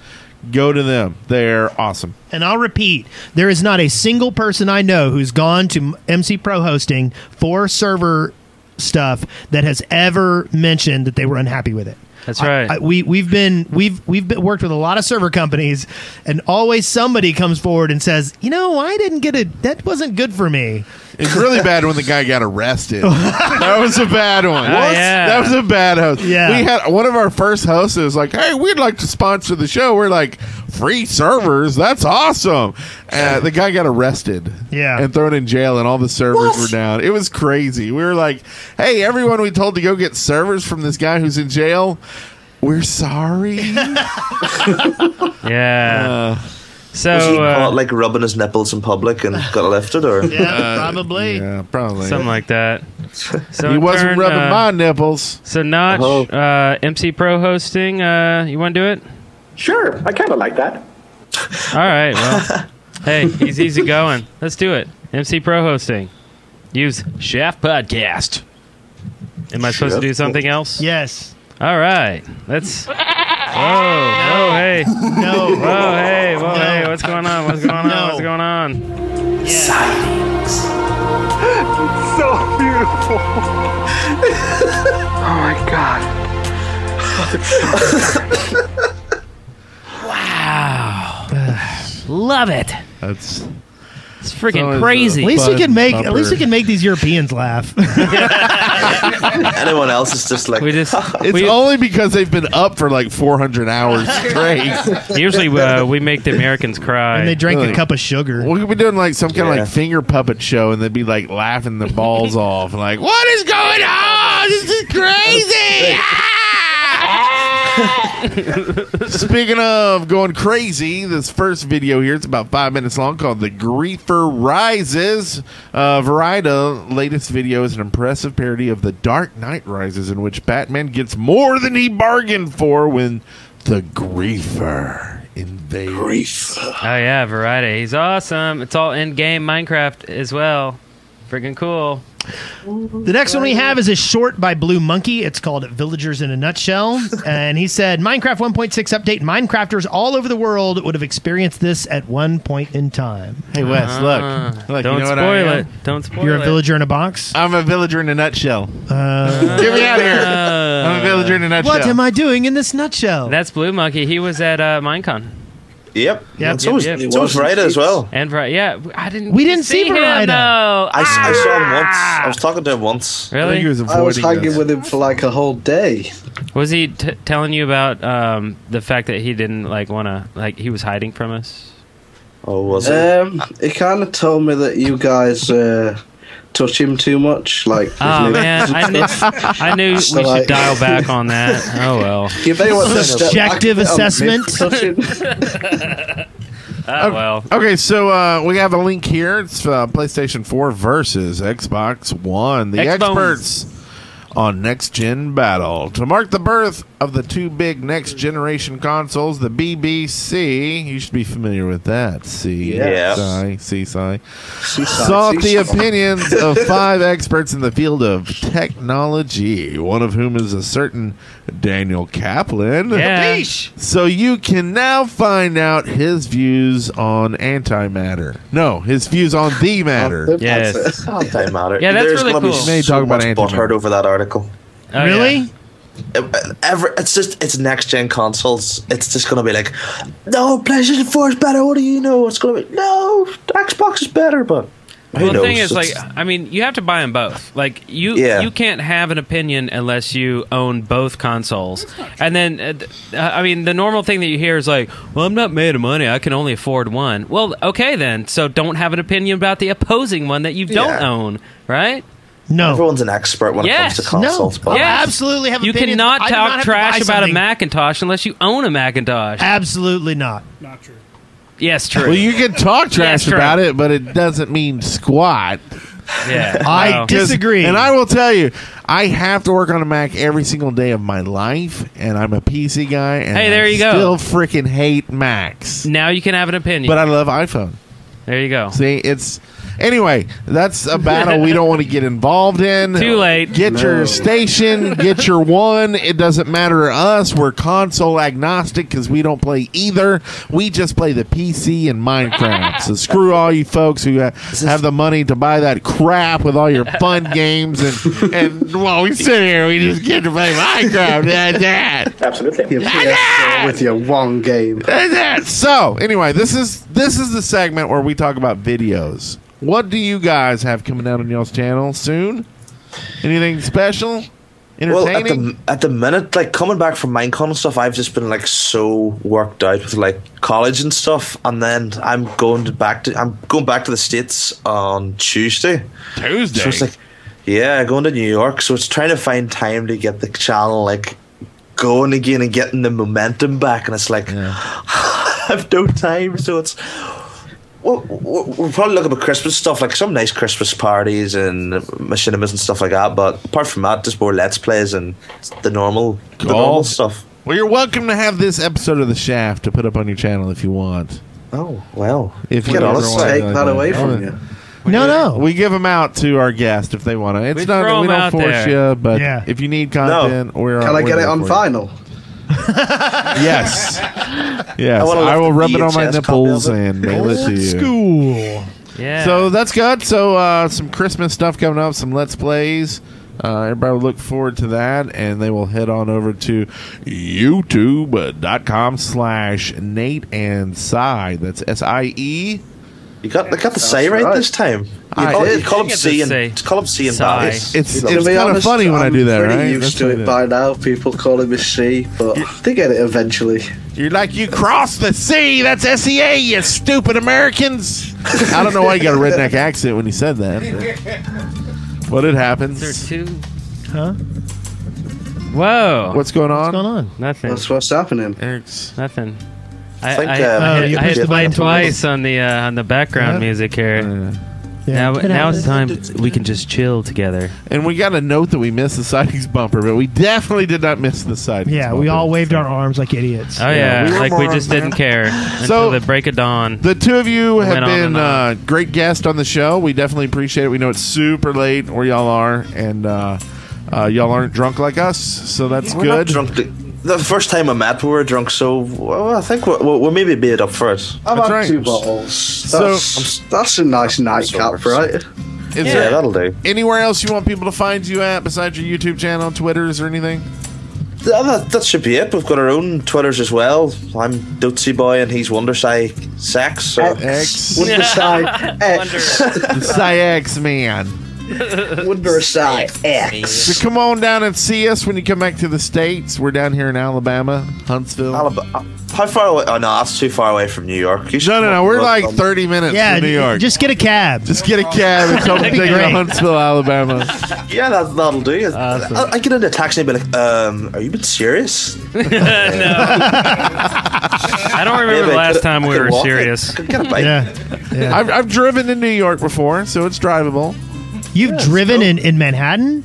[SPEAKER 4] Go to them. They're awesome.
[SPEAKER 5] And I'll repeat, there is not a single person I know who's gone to M- MC Pro hosting for server stuff that has ever mentioned that they were unhappy with it.
[SPEAKER 6] That's right.
[SPEAKER 5] I- I- we we've been we've we've been, worked with a lot of server companies, and always somebody comes forward and says, you know, I didn't get it. That wasn't good for me.
[SPEAKER 4] It's really bad when the guy got arrested. that was a bad one.
[SPEAKER 6] Oh,
[SPEAKER 4] What?
[SPEAKER 6] yeah.
[SPEAKER 4] That was a bad host.
[SPEAKER 5] Yeah.
[SPEAKER 4] We had one of our first hosts was like, "Hey, we'd like to sponsor the show." We're like, "Free servers? That's awesome!" Uh, the guy got arrested.
[SPEAKER 5] Yeah.
[SPEAKER 4] And thrown in jail, and all the servers
[SPEAKER 7] What?
[SPEAKER 4] were down. It was crazy. We were like, "Hey, everyone, we told to go get servers from this guy who's in jail." We're sorry.
[SPEAKER 6] Yeah.
[SPEAKER 4] Uh,
[SPEAKER 6] so
[SPEAKER 7] Was he
[SPEAKER 6] uh,
[SPEAKER 7] caught like rubbing his nipples in public and got lifted, or
[SPEAKER 5] Yeah, probably.
[SPEAKER 4] yeah, probably.
[SPEAKER 6] something like that. So
[SPEAKER 4] he
[SPEAKER 6] in
[SPEAKER 4] wasn't
[SPEAKER 6] turn,
[SPEAKER 4] rubbing
[SPEAKER 6] uh,
[SPEAKER 4] my nipples.
[SPEAKER 6] So Notch,
[SPEAKER 7] Oh.
[SPEAKER 6] uh, MC Pro hosting. Uh, you want to do it?
[SPEAKER 11] Sure, I kind of like that.
[SPEAKER 6] All right. Well, hey, he's easy going. Let's do it. MC Pro hosting. Use Shaft Podcast. Am I supposed to do something else?
[SPEAKER 5] Yes.
[SPEAKER 6] All right. Let's. Whoa! Whoa! Hey!
[SPEAKER 5] No.
[SPEAKER 6] Whoa! Hey! Whoa! Hey! What's going on? What's going on? What's going on?
[SPEAKER 11] So beautiful. oh my god.
[SPEAKER 6] Love it.
[SPEAKER 4] That's always
[SPEAKER 6] It's freaking
[SPEAKER 4] a-
[SPEAKER 6] crazy.
[SPEAKER 5] At least we
[SPEAKER 4] Bud
[SPEAKER 5] can make at
[SPEAKER 4] Bumper.
[SPEAKER 5] least we can make these Europeans laugh.
[SPEAKER 7] anyone else is just like
[SPEAKER 6] We just
[SPEAKER 4] It's
[SPEAKER 6] we,
[SPEAKER 4] only because they've been up for like 400 hours straight.
[SPEAKER 6] usually uh, we make the Americans cry.
[SPEAKER 5] and they drank
[SPEAKER 4] Really?
[SPEAKER 5] a cup of sugar.
[SPEAKER 4] we could be doing like some kind of
[SPEAKER 7] Yeah.
[SPEAKER 4] like finger puppet show, and they'd be like laughing their balls off, and like, "What is going on? This is crazy!" Ah! Speaking of going crazy, this first video here, it's about five minutes long, called The Griefer Rises. Uh, Variety latest video is an impressive parody of The Dark Knight Rises, in which Batman gets more than he bargained for when the Griefer invades.
[SPEAKER 6] Oh yeah, variety. He's awesome. It's all in game Minecraft as well. Freaking cool.
[SPEAKER 5] The next one we have is a short by Blue Monkey. It's called Villagers in a Nutshell. and he said Minecraft 1.6 update Minecrafters all over the world would have experienced this at one point in time. Uh-huh.
[SPEAKER 4] Hey Wes,
[SPEAKER 6] Uh,
[SPEAKER 4] look, look.
[SPEAKER 6] don't
[SPEAKER 4] you know what I
[SPEAKER 6] spoil
[SPEAKER 4] am?
[SPEAKER 6] it. Don't spoil
[SPEAKER 5] You're a
[SPEAKER 6] it.
[SPEAKER 5] villager in a box?
[SPEAKER 4] I'm a villager in a nutshell.
[SPEAKER 5] Uh,
[SPEAKER 4] Get me out of here.
[SPEAKER 6] Uh,
[SPEAKER 4] I'm a villager in a nutshell.
[SPEAKER 5] what am I doing in this nutshell?
[SPEAKER 6] That's Blue Monkey. He was at uh, Minecon.
[SPEAKER 7] yep.
[SPEAKER 5] Yep.
[SPEAKER 7] And so was,
[SPEAKER 6] Yep,
[SPEAKER 7] yep,
[SPEAKER 6] yep.
[SPEAKER 7] so was Ryder as well.
[SPEAKER 6] And Vari- yeah, I didn't.
[SPEAKER 5] We didn't see
[SPEAKER 6] him,
[SPEAKER 5] Variety.
[SPEAKER 6] though.
[SPEAKER 7] I, s- I saw him once.
[SPEAKER 6] Ah!
[SPEAKER 7] I was talking to him once.
[SPEAKER 6] really?
[SPEAKER 4] I think he was
[SPEAKER 8] I was
[SPEAKER 4] avoiding
[SPEAKER 8] hanging
[SPEAKER 4] this.
[SPEAKER 8] with him for like a whole day.
[SPEAKER 6] Was he t- telling you about um, the fact that he didn't like want to like he was hiding from us?
[SPEAKER 7] Oh, was it?
[SPEAKER 8] Um, he kind of told me that you guys uh, touch him too much. Like,
[SPEAKER 4] Ah,
[SPEAKER 6] Oh man, I knew, I knew we
[SPEAKER 8] So,
[SPEAKER 6] should
[SPEAKER 8] like-
[SPEAKER 6] dial back on that. Oh well.
[SPEAKER 8] You may want to step back
[SPEAKER 5] Subjective
[SPEAKER 8] a bit on
[SPEAKER 5] assessment.
[SPEAKER 8] this touching.
[SPEAKER 6] Oh well.
[SPEAKER 4] Okay, so uh, we have a link here. It's uh, PlayStation 4 versus Xbox One. The
[SPEAKER 6] Xbones.
[SPEAKER 4] experts on next gen battle to mark the birth of the two big next generation consoles. The BBC, you should be familiar with that. See,
[SPEAKER 7] Yes.
[SPEAKER 4] sigh, see, sigh.
[SPEAKER 8] She sighed,
[SPEAKER 4] sought
[SPEAKER 8] she
[SPEAKER 4] the
[SPEAKER 8] sighed.
[SPEAKER 4] opinions of five experts in the field of technology, one of whom is a certain Daniel Kaplan.
[SPEAKER 6] Yeah.
[SPEAKER 4] So you can now find out his views on antimatter. No, his views on the
[SPEAKER 8] Oh,
[SPEAKER 4] matter.
[SPEAKER 6] Yes.
[SPEAKER 7] Antimatter.
[SPEAKER 6] Yeah, that's
[SPEAKER 7] There's
[SPEAKER 6] really
[SPEAKER 7] gonna
[SPEAKER 6] cool.
[SPEAKER 7] Be
[SPEAKER 4] May
[SPEAKER 7] so
[SPEAKER 4] talk about
[SPEAKER 7] much
[SPEAKER 4] antimatter.
[SPEAKER 7] butthurt over that article. uh,
[SPEAKER 6] Oh,
[SPEAKER 5] really?
[SPEAKER 6] yeah.
[SPEAKER 7] ever it's just it's next gen consoles. It's just gonna be like, no, PlayStation Four is better. What do you know? It's gonna be no, Xbox is better. But who
[SPEAKER 6] well, the
[SPEAKER 7] knows?
[SPEAKER 6] thing is, like,
[SPEAKER 7] It's-
[SPEAKER 6] I mean, you have to buy them both. Like, you
[SPEAKER 7] Yeah.
[SPEAKER 6] you can't have an opinion unless you own both consoles. And then, uh, th- uh, I mean, the normal thing that you hear is like, "Well, I'm not made of money. I can only afford one." Well, okay then. So don't have an opinion about the opposing one that you don't
[SPEAKER 7] Yeah.
[SPEAKER 6] own, right?
[SPEAKER 5] No,
[SPEAKER 7] everyone's an expert when
[SPEAKER 6] yes.
[SPEAKER 7] it comes to consoles.
[SPEAKER 6] No.
[SPEAKER 7] But
[SPEAKER 6] Yes.
[SPEAKER 5] absolutely have
[SPEAKER 6] You
[SPEAKER 5] opinions.
[SPEAKER 6] cannot
[SPEAKER 5] I
[SPEAKER 6] talk
[SPEAKER 5] do not have to buy
[SPEAKER 6] trash about a
[SPEAKER 5] something.
[SPEAKER 6] Macintosh unless you own a Macintosh.
[SPEAKER 5] Absolutely not.
[SPEAKER 6] yes, true.
[SPEAKER 4] Well, you can talk trash
[SPEAKER 6] true.
[SPEAKER 4] about it, but it doesn't mean squat.
[SPEAKER 6] yeah.
[SPEAKER 5] I
[SPEAKER 6] Wow.
[SPEAKER 4] 'Cause-
[SPEAKER 5] disagree.
[SPEAKER 4] And I will tell you, I have to work on a Mac every single day of my life, and I'm a PC guy. And
[SPEAKER 6] Hey, there
[SPEAKER 4] I
[SPEAKER 6] you go.
[SPEAKER 4] Still freaking hate Macs,
[SPEAKER 6] now you can have an opinion.
[SPEAKER 4] but I love iPhone.
[SPEAKER 6] there you go.
[SPEAKER 4] See, it's anyway. That's a battle we don't want to get involved in.
[SPEAKER 6] Too late.
[SPEAKER 4] Get your station. Get your one. It doesn't matter to us. We're console agnostic because we don't play either. We just play the PC and Minecraft. so screw all you folks who ha- have the money to buy that crap with all your fun games and and while we sit here, we just get to play Minecraft. That's that.
[SPEAKER 11] Absolutely.
[SPEAKER 8] Your PS4 with your one game.
[SPEAKER 4] That's it. So anyway, this is this is the segment where we talk about videos. What do you guys have coming out on y'all's channel soon? Anything special?
[SPEAKER 7] Well, at
[SPEAKER 4] Entertaining?
[SPEAKER 7] the at the minute, like coming back from Minecon and stuff, I've just been like so worked out with like college and stuff, and then I'm going to back to I'm going back to the states on Tuesday.
[SPEAKER 4] Tuesday.
[SPEAKER 7] So it's like, yeah, going to New York. So it's trying to find time to get the channel like going again and getting the momentum back. And it's like, I have no time. So it's. Well, we'll we'll probably look at Christmas stuff, like some nice Christmas parties and machinimas and stuff like that. But apart from that, just more let's plays and the normal, the normal
[SPEAKER 4] Cool.
[SPEAKER 7] stuff.
[SPEAKER 4] well, you're welcome to have this episode of the Shaft to put up on your channel if you want.
[SPEAKER 7] Oh well,
[SPEAKER 4] If you
[SPEAKER 7] Get on,
[SPEAKER 4] ever
[SPEAKER 7] let's
[SPEAKER 4] want
[SPEAKER 7] take
[SPEAKER 4] to.
[SPEAKER 8] That away from you.
[SPEAKER 5] No, no.
[SPEAKER 4] We give them out to our guest if they want to. It's
[SPEAKER 6] We
[SPEAKER 4] not
[SPEAKER 6] throw
[SPEAKER 4] we
[SPEAKER 6] 'em
[SPEAKER 4] don't
[SPEAKER 6] out
[SPEAKER 4] force
[SPEAKER 6] there.
[SPEAKER 4] you, but
[SPEAKER 5] Yeah.
[SPEAKER 4] if you need content, we're
[SPEAKER 8] Can I
[SPEAKER 4] we're
[SPEAKER 8] get it
[SPEAKER 4] there
[SPEAKER 8] on
[SPEAKER 4] for you.
[SPEAKER 8] vinyl?
[SPEAKER 4] Yes, yes.
[SPEAKER 7] wanna
[SPEAKER 4] I,
[SPEAKER 7] lift
[SPEAKER 4] will
[SPEAKER 7] the
[SPEAKER 4] rub it on my
[SPEAKER 7] VHS copy of
[SPEAKER 4] nipples
[SPEAKER 7] it.
[SPEAKER 4] and mail it to you.
[SPEAKER 5] School.
[SPEAKER 6] Yeah.
[SPEAKER 4] So that's good. So uh, some Christmas stuff coming up, some Let's Plays. Uh, everybody will look forward to that, and they will head on over to youtube.com slash Nate and Cy. That's E. S-I-E.
[SPEAKER 7] You got, I got the say right,
[SPEAKER 8] right.
[SPEAKER 7] this time. You
[SPEAKER 4] I
[SPEAKER 7] call,
[SPEAKER 4] did.
[SPEAKER 7] you call
[SPEAKER 6] You
[SPEAKER 7] him
[SPEAKER 6] get
[SPEAKER 7] C
[SPEAKER 6] the
[SPEAKER 7] and
[SPEAKER 6] say.
[SPEAKER 7] call him C and
[SPEAKER 6] Sigh.
[SPEAKER 7] Bobby.
[SPEAKER 4] It's,
[SPEAKER 8] To
[SPEAKER 4] it's
[SPEAKER 8] be
[SPEAKER 4] kind of
[SPEAKER 8] honest,
[SPEAKER 4] funny when i
[SPEAKER 8] I'm
[SPEAKER 4] do that,
[SPEAKER 8] pretty
[SPEAKER 4] right?
[SPEAKER 8] Used
[SPEAKER 4] That's
[SPEAKER 8] to
[SPEAKER 4] what
[SPEAKER 8] it
[SPEAKER 4] is.
[SPEAKER 8] by now. People calling me C, but they get it eventually.
[SPEAKER 4] You're like, you cross the sea. That's S-E-A, you stupid Americans. I don't know why you got a redneck accent when you said that. But, but it
[SPEAKER 6] there
[SPEAKER 4] happens.
[SPEAKER 6] two.
[SPEAKER 5] Huh?
[SPEAKER 6] Whoa.
[SPEAKER 4] What's going on?
[SPEAKER 5] What's going on?
[SPEAKER 6] Nothing.
[SPEAKER 8] That's what's happening.
[SPEAKER 4] Eric's
[SPEAKER 6] Nothing. I,
[SPEAKER 7] think,
[SPEAKER 6] I,
[SPEAKER 7] uh,
[SPEAKER 6] I
[SPEAKER 5] Oh,
[SPEAKER 6] hit,
[SPEAKER 5] you
[SPEAKER 6] I hit
[SPEAKER 5] pushed the
[SPEAKER 6] play
[SPEAKER 5] button
[SPEAKER 6] twice on the uh, on the background
[SPEAKER 5] Yeah.
[SPEAKER 6] music here. now
[SPEAKER 5] Yeah.
[SPEAKER 6] now it's time we can just chill together.
[SPEAKER 4] And we got a note that we missed the sightings bumper, but we definitely did not miss the sightings.
[SPEAKER 5] Yeah,
[SPEAKER 4] bumper.
[SPEAKER 5] we all waved our arms like idiots.
[SPEAKER 6] Oh
[SPEAKER 4] Yeah,
[SPEAKER 6] yeah,
[SPEAKER 4] we were
[SPEAKER 6] like we
[SPEAKER 4] morons,
[SPEAKER 6] just
[SPEAKER 4] man.
[SPEAKER 6] didn't care
[SPEAKER 4] So-
[SPEAKER 6] until the break of dawn.
[SPEAKER 4] The two of you have
[SPEAKER 6] went on
[SPEAKER 4] been
[SPEAKER 6] and
[SPEAKER 4] uh,
[SPEAKER 6] on.
[SPEAKER 4] great guests on the show. We definitely appreciate it. We know it's super late where y'all are, and uh, uh, y'all aren't drunk like us, so that's
[SPEAKER 7] We're not
[SPEAKER 4] good.
[SPEAKER 7] drunk. The- The first time I met, we were drunk, so well, I think we're, we're maybe made up for it.
[SPEAKER 8] I've
[SPEAKER 4] That's
[SPEAKER 8] had
[SPEAKER 4] right.
[SPEAKER 8] two bottles. That's,
[SPEAKER 7] So-
[SPEAKER 8] that's a nice nightcap, right?
[SPEAKER 4] Is
[SPEAKER 7] Yeah,
[SPEAKER 4] there
[SPEAKER 7] that'll do.
[SPEAKER 4] anywhere else you want people to find you at besides your YouTube channel, Twitters, or anything?
[SPEAKER 7] Th- uh, That, that should be it. We've got our own Twitters as well. I'm Dotsy Boy and he's Wondersai Sex. So
[SPEAKER 4] Uh, X.
[SPEAKER 8] Wouldn't decide X.
[SPEAKER 4] The Cyx man.
[SPEAKER 8] Wouldn't decide X.
[SPEAKER 4] So come on down and see us when you come back to the states. We're down here in Alabama, Huntsville.
[SPEAKER 7] Alabama. uh, How far away? Oh no, that's too far away from New York. You should
[SPEAKER 4] No, no, no.
[SPEAKER 7] come-
[SPEAKER 4] We're
[SPEAKER 7] come-
[SPEAKER 4] like
[SPEAKER 7] come-
[SPEAKER 4] thirty minutes
[SPEAKER 5] Yeah,
[SPEAKER 4] from New
[SPEAKER 5] j-
[SPEAKER 4] York.
[SPEAKER 5] Just get a cab.
[SPEAKER 4] Just get a cab and tell them to take you to
[SPEAKER 5] Great.
[SPEAKER 4] Huntsville, Alabama.
[SPEAKER 7] Yeah, that, that'll do. I, I get into a taxi and be like, um, "Are you been serious?"
[SPEAKER 6] I don't remember
[SPEAKER 7] Maybe
[SPEAKER 6] the
[SPEAKER 7] I
[SPEAKER 6] last
[SPEAKER 7] could-
[SPEAKER 6] time
[SPEAKER 7] I
[SPEAKER 6] we
[SPEAKER 7] could
[SPEAKER 6] were
[SPEAKER 7] walk it.
[SPEAKER 6] serious.
[SPEAKER 7] I could get a bike.
[SPEAKER 5] Yeah. yeah.
[SPEAKER 4] I've, I've driven to New York before, so it's drivable.
[SPEAKER 5] You've driven in, in Manhattan?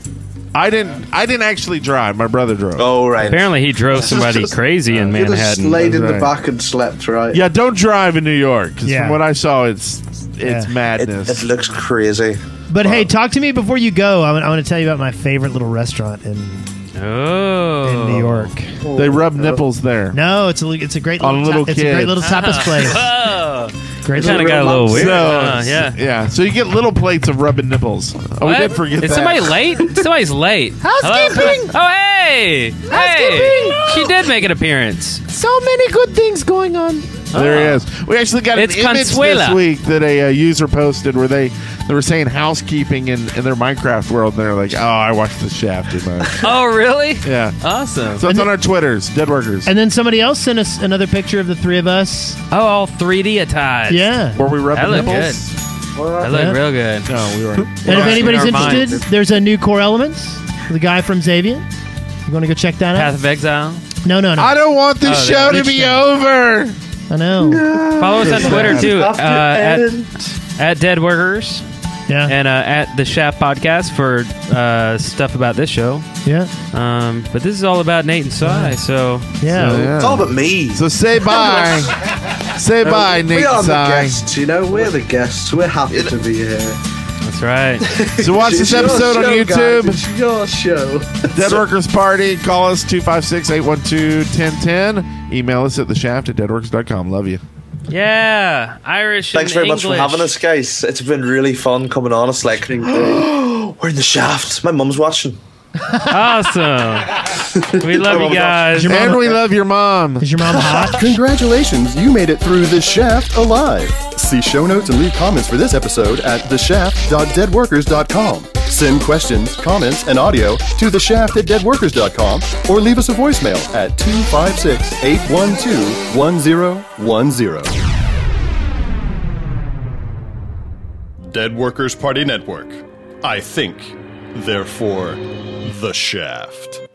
[SPEAKER 4] I didn't. I didn't actually drive. My brother drove.
[SPEAKER 7] Oh right.
[SPEAKER 6] Apparently, he drove somebody crazy in
[SPEAKER 8] You just
[SPEAKER 6] Manhattan.
[SPEAKER 8] laid in
[SPEAKER 4] that's
[SPEAKER 8] the
[SPEAKER 4] right.
[SPEAKER 8] back and slept, right?
[SPEAKER 4] Yeah, don't drive in New York. 'cause
[SPEAKER 5] Yeah.
[SPEAKER 4] from what I saw, it's it's
[SPEAKER 5] Yeah.
[SPEAKER 7] It,
[SPEAKER 4] madness.
[SPEAKER 7] it looks crazy.
[SPEAKER 5] But hey, talk to me before you go. I want, I want to tell you about my favorite little restaurant in,
[SPEAKER 6] Oh,
[SPEAKER 5] in New York.
[SPEAKER 4] they rub nipples there.
[SPEAKER 5] No, it's a li- it's a great
[SPEAKER 4] On
[SPEAKER 5] little,
[SPEAKER 4] little
[SPEAKER 5] ta- it's a great
[SPEAKER 4] kids.
[SPEAKER 5] little
[SPEAKER 6] Ah.
[SPEAKER 5] tapas place.
[SPEAKER 6] Oh,
[SPEAKER 5] Great
[SPEAKER 6] kind of
[SPEAKER 5] little
[SPEAKER 6] got a little weird.
[SPEAKER 4] So
[SPEAKER 6] Uh, yeah.
[SPEAKER 4] yeah, yeah. So you get little plates of rubbing nipples. Oh, we
[SPEAKER 6] What?
[SPEAKER 4] did forget
[SPEAKER 6] Is
[SPEAKER 4] that.
[SPEAKER 6] somebody late? Somebody's late. Housekeeping. Oh, hey. Hey! Hey! She did make an appearance.
[SPEAKER 5] So many good things going on.
[SPEAKER 4] There he is. We actually got
[SPEAKER 6] It's
[SPEAKER 4] an image
[SPEAKER 6] Consuela.
[SPEAKER 4] this week that a, uh user posted where they they were saying housekeeping in, in their Minecraft world, and they're like, "Oh, I watched the Shaft too much."
[SPEAKER 6] Oh, really?
[SPEAKER 4] yeah,
[SPEAKER 6] Awesome.
[SPEAKER 4] so it's on our Twitters, Dead Workers.
[SPEAKER 5] And then somebody else sent us another picture of the three of us.
[SPEAKER 6] Oh, all 3D attires.
[SPEAKER 5] Yeah.
[SPEAKER 4] Were we
[SPEAKER 6] That
[SPEAKER 4] rubbing
[SPEAKER 6] looked good.
[SPEAKER 4] nipples?
[SPEAKER 6] That looked
[SPEAKER 5] Yeah.
[SPEAKER 6] real good.
[SPEAKER 4] No, we were.
[SPEAKER 5] And if
[SPEAKER 6] Right.
[SPEAKER 5] anybody's
[SPEAKER 6] Never mind.
[SPEAKER 5] interested, there's a new Core Elements, the guy from Xavier. You want to go check that
[SPEAKER 6] Path
[SPEAKER 5] out?
[SPEAKER 6] of Exile.
[SPEAKER 5] No, no, no.
[SPEAKER 4] I
[SPEAKER 5] I,
[SPEAKER 4] don't want this
[SPEAKER 6] Oh,
[SPEAKER 4] show
[SPEAKER 6] there.
[SPEAKER 4] to be over.
[SPEAKER 5] know.
[SPEAKER 6] Follow us on Twitter too uh,
[SPEAKER 7] After
[SPEAKER 6] at,
[SPEAKER 7] Ed-
[SPEAKER 6] at Dead Workers
[SPEAKER 5] Yeah.
[SPEAKER 6] and uh, at the Shaft Podcast for uh, stuff about this show.
[SPEAKER 5] yeah.
[SPEAKER 6] Um, but this is all about Nate and Sai. So
[SPEAKER 5] Yeah.
[SPEAKER 4] So, yeah.
[SPEAKER 7] It's all but me.
[SPEAKER 4] So say bye. say bye, Nate
[SPEAKER 8] we are the
[SPEAKER 4] Tsai.
[SPEAKER 8] guests, you know. We're the guests. We're happy to be here.
[SPEAKER 6] that's right.
[SPEAKER 4] So watch
[SPEAKER 8] It's
[SPEAKER 4] this
[SPEAKER 8] your
[SPEAKER 4] episode on
[SPEAKER 8] show,
[SPEAKER 4] YouTube.
[SPEAKER 8] Guys. It's your show.
[SPEAKER 4] Dead Workers Party. Call us 256 812 1010. Email us at the shaft at deadworkers.com. Love you.
[SPEAKER 6] yeah, Irish.
[SPEAKER 7] Thanks
[SPEAKER 6] and
[SPEAKER 7] very much for
[SPEAKER 6] English.
[SPEAKER 7] having us, guys. It's been really fun coming on. It's like we're in the shaft. My mum's watching.
[SPEAKER 6] Awesome. We love you guys.
[SPEAKER 4] And we love your mom.
[SPEAKER 5] Is your mom hot?
[SPEAKER 3] Congratulations, you made it through The Shaft alive. See show notes and leave comments for this episode at theshaft.deadworkers.com. Send questions, comments, and audio to theshaft at deadworkers.com or leave us a voicemail at 256 812 1010. Dead Workers Party Network. I think, therefore, The Shaft.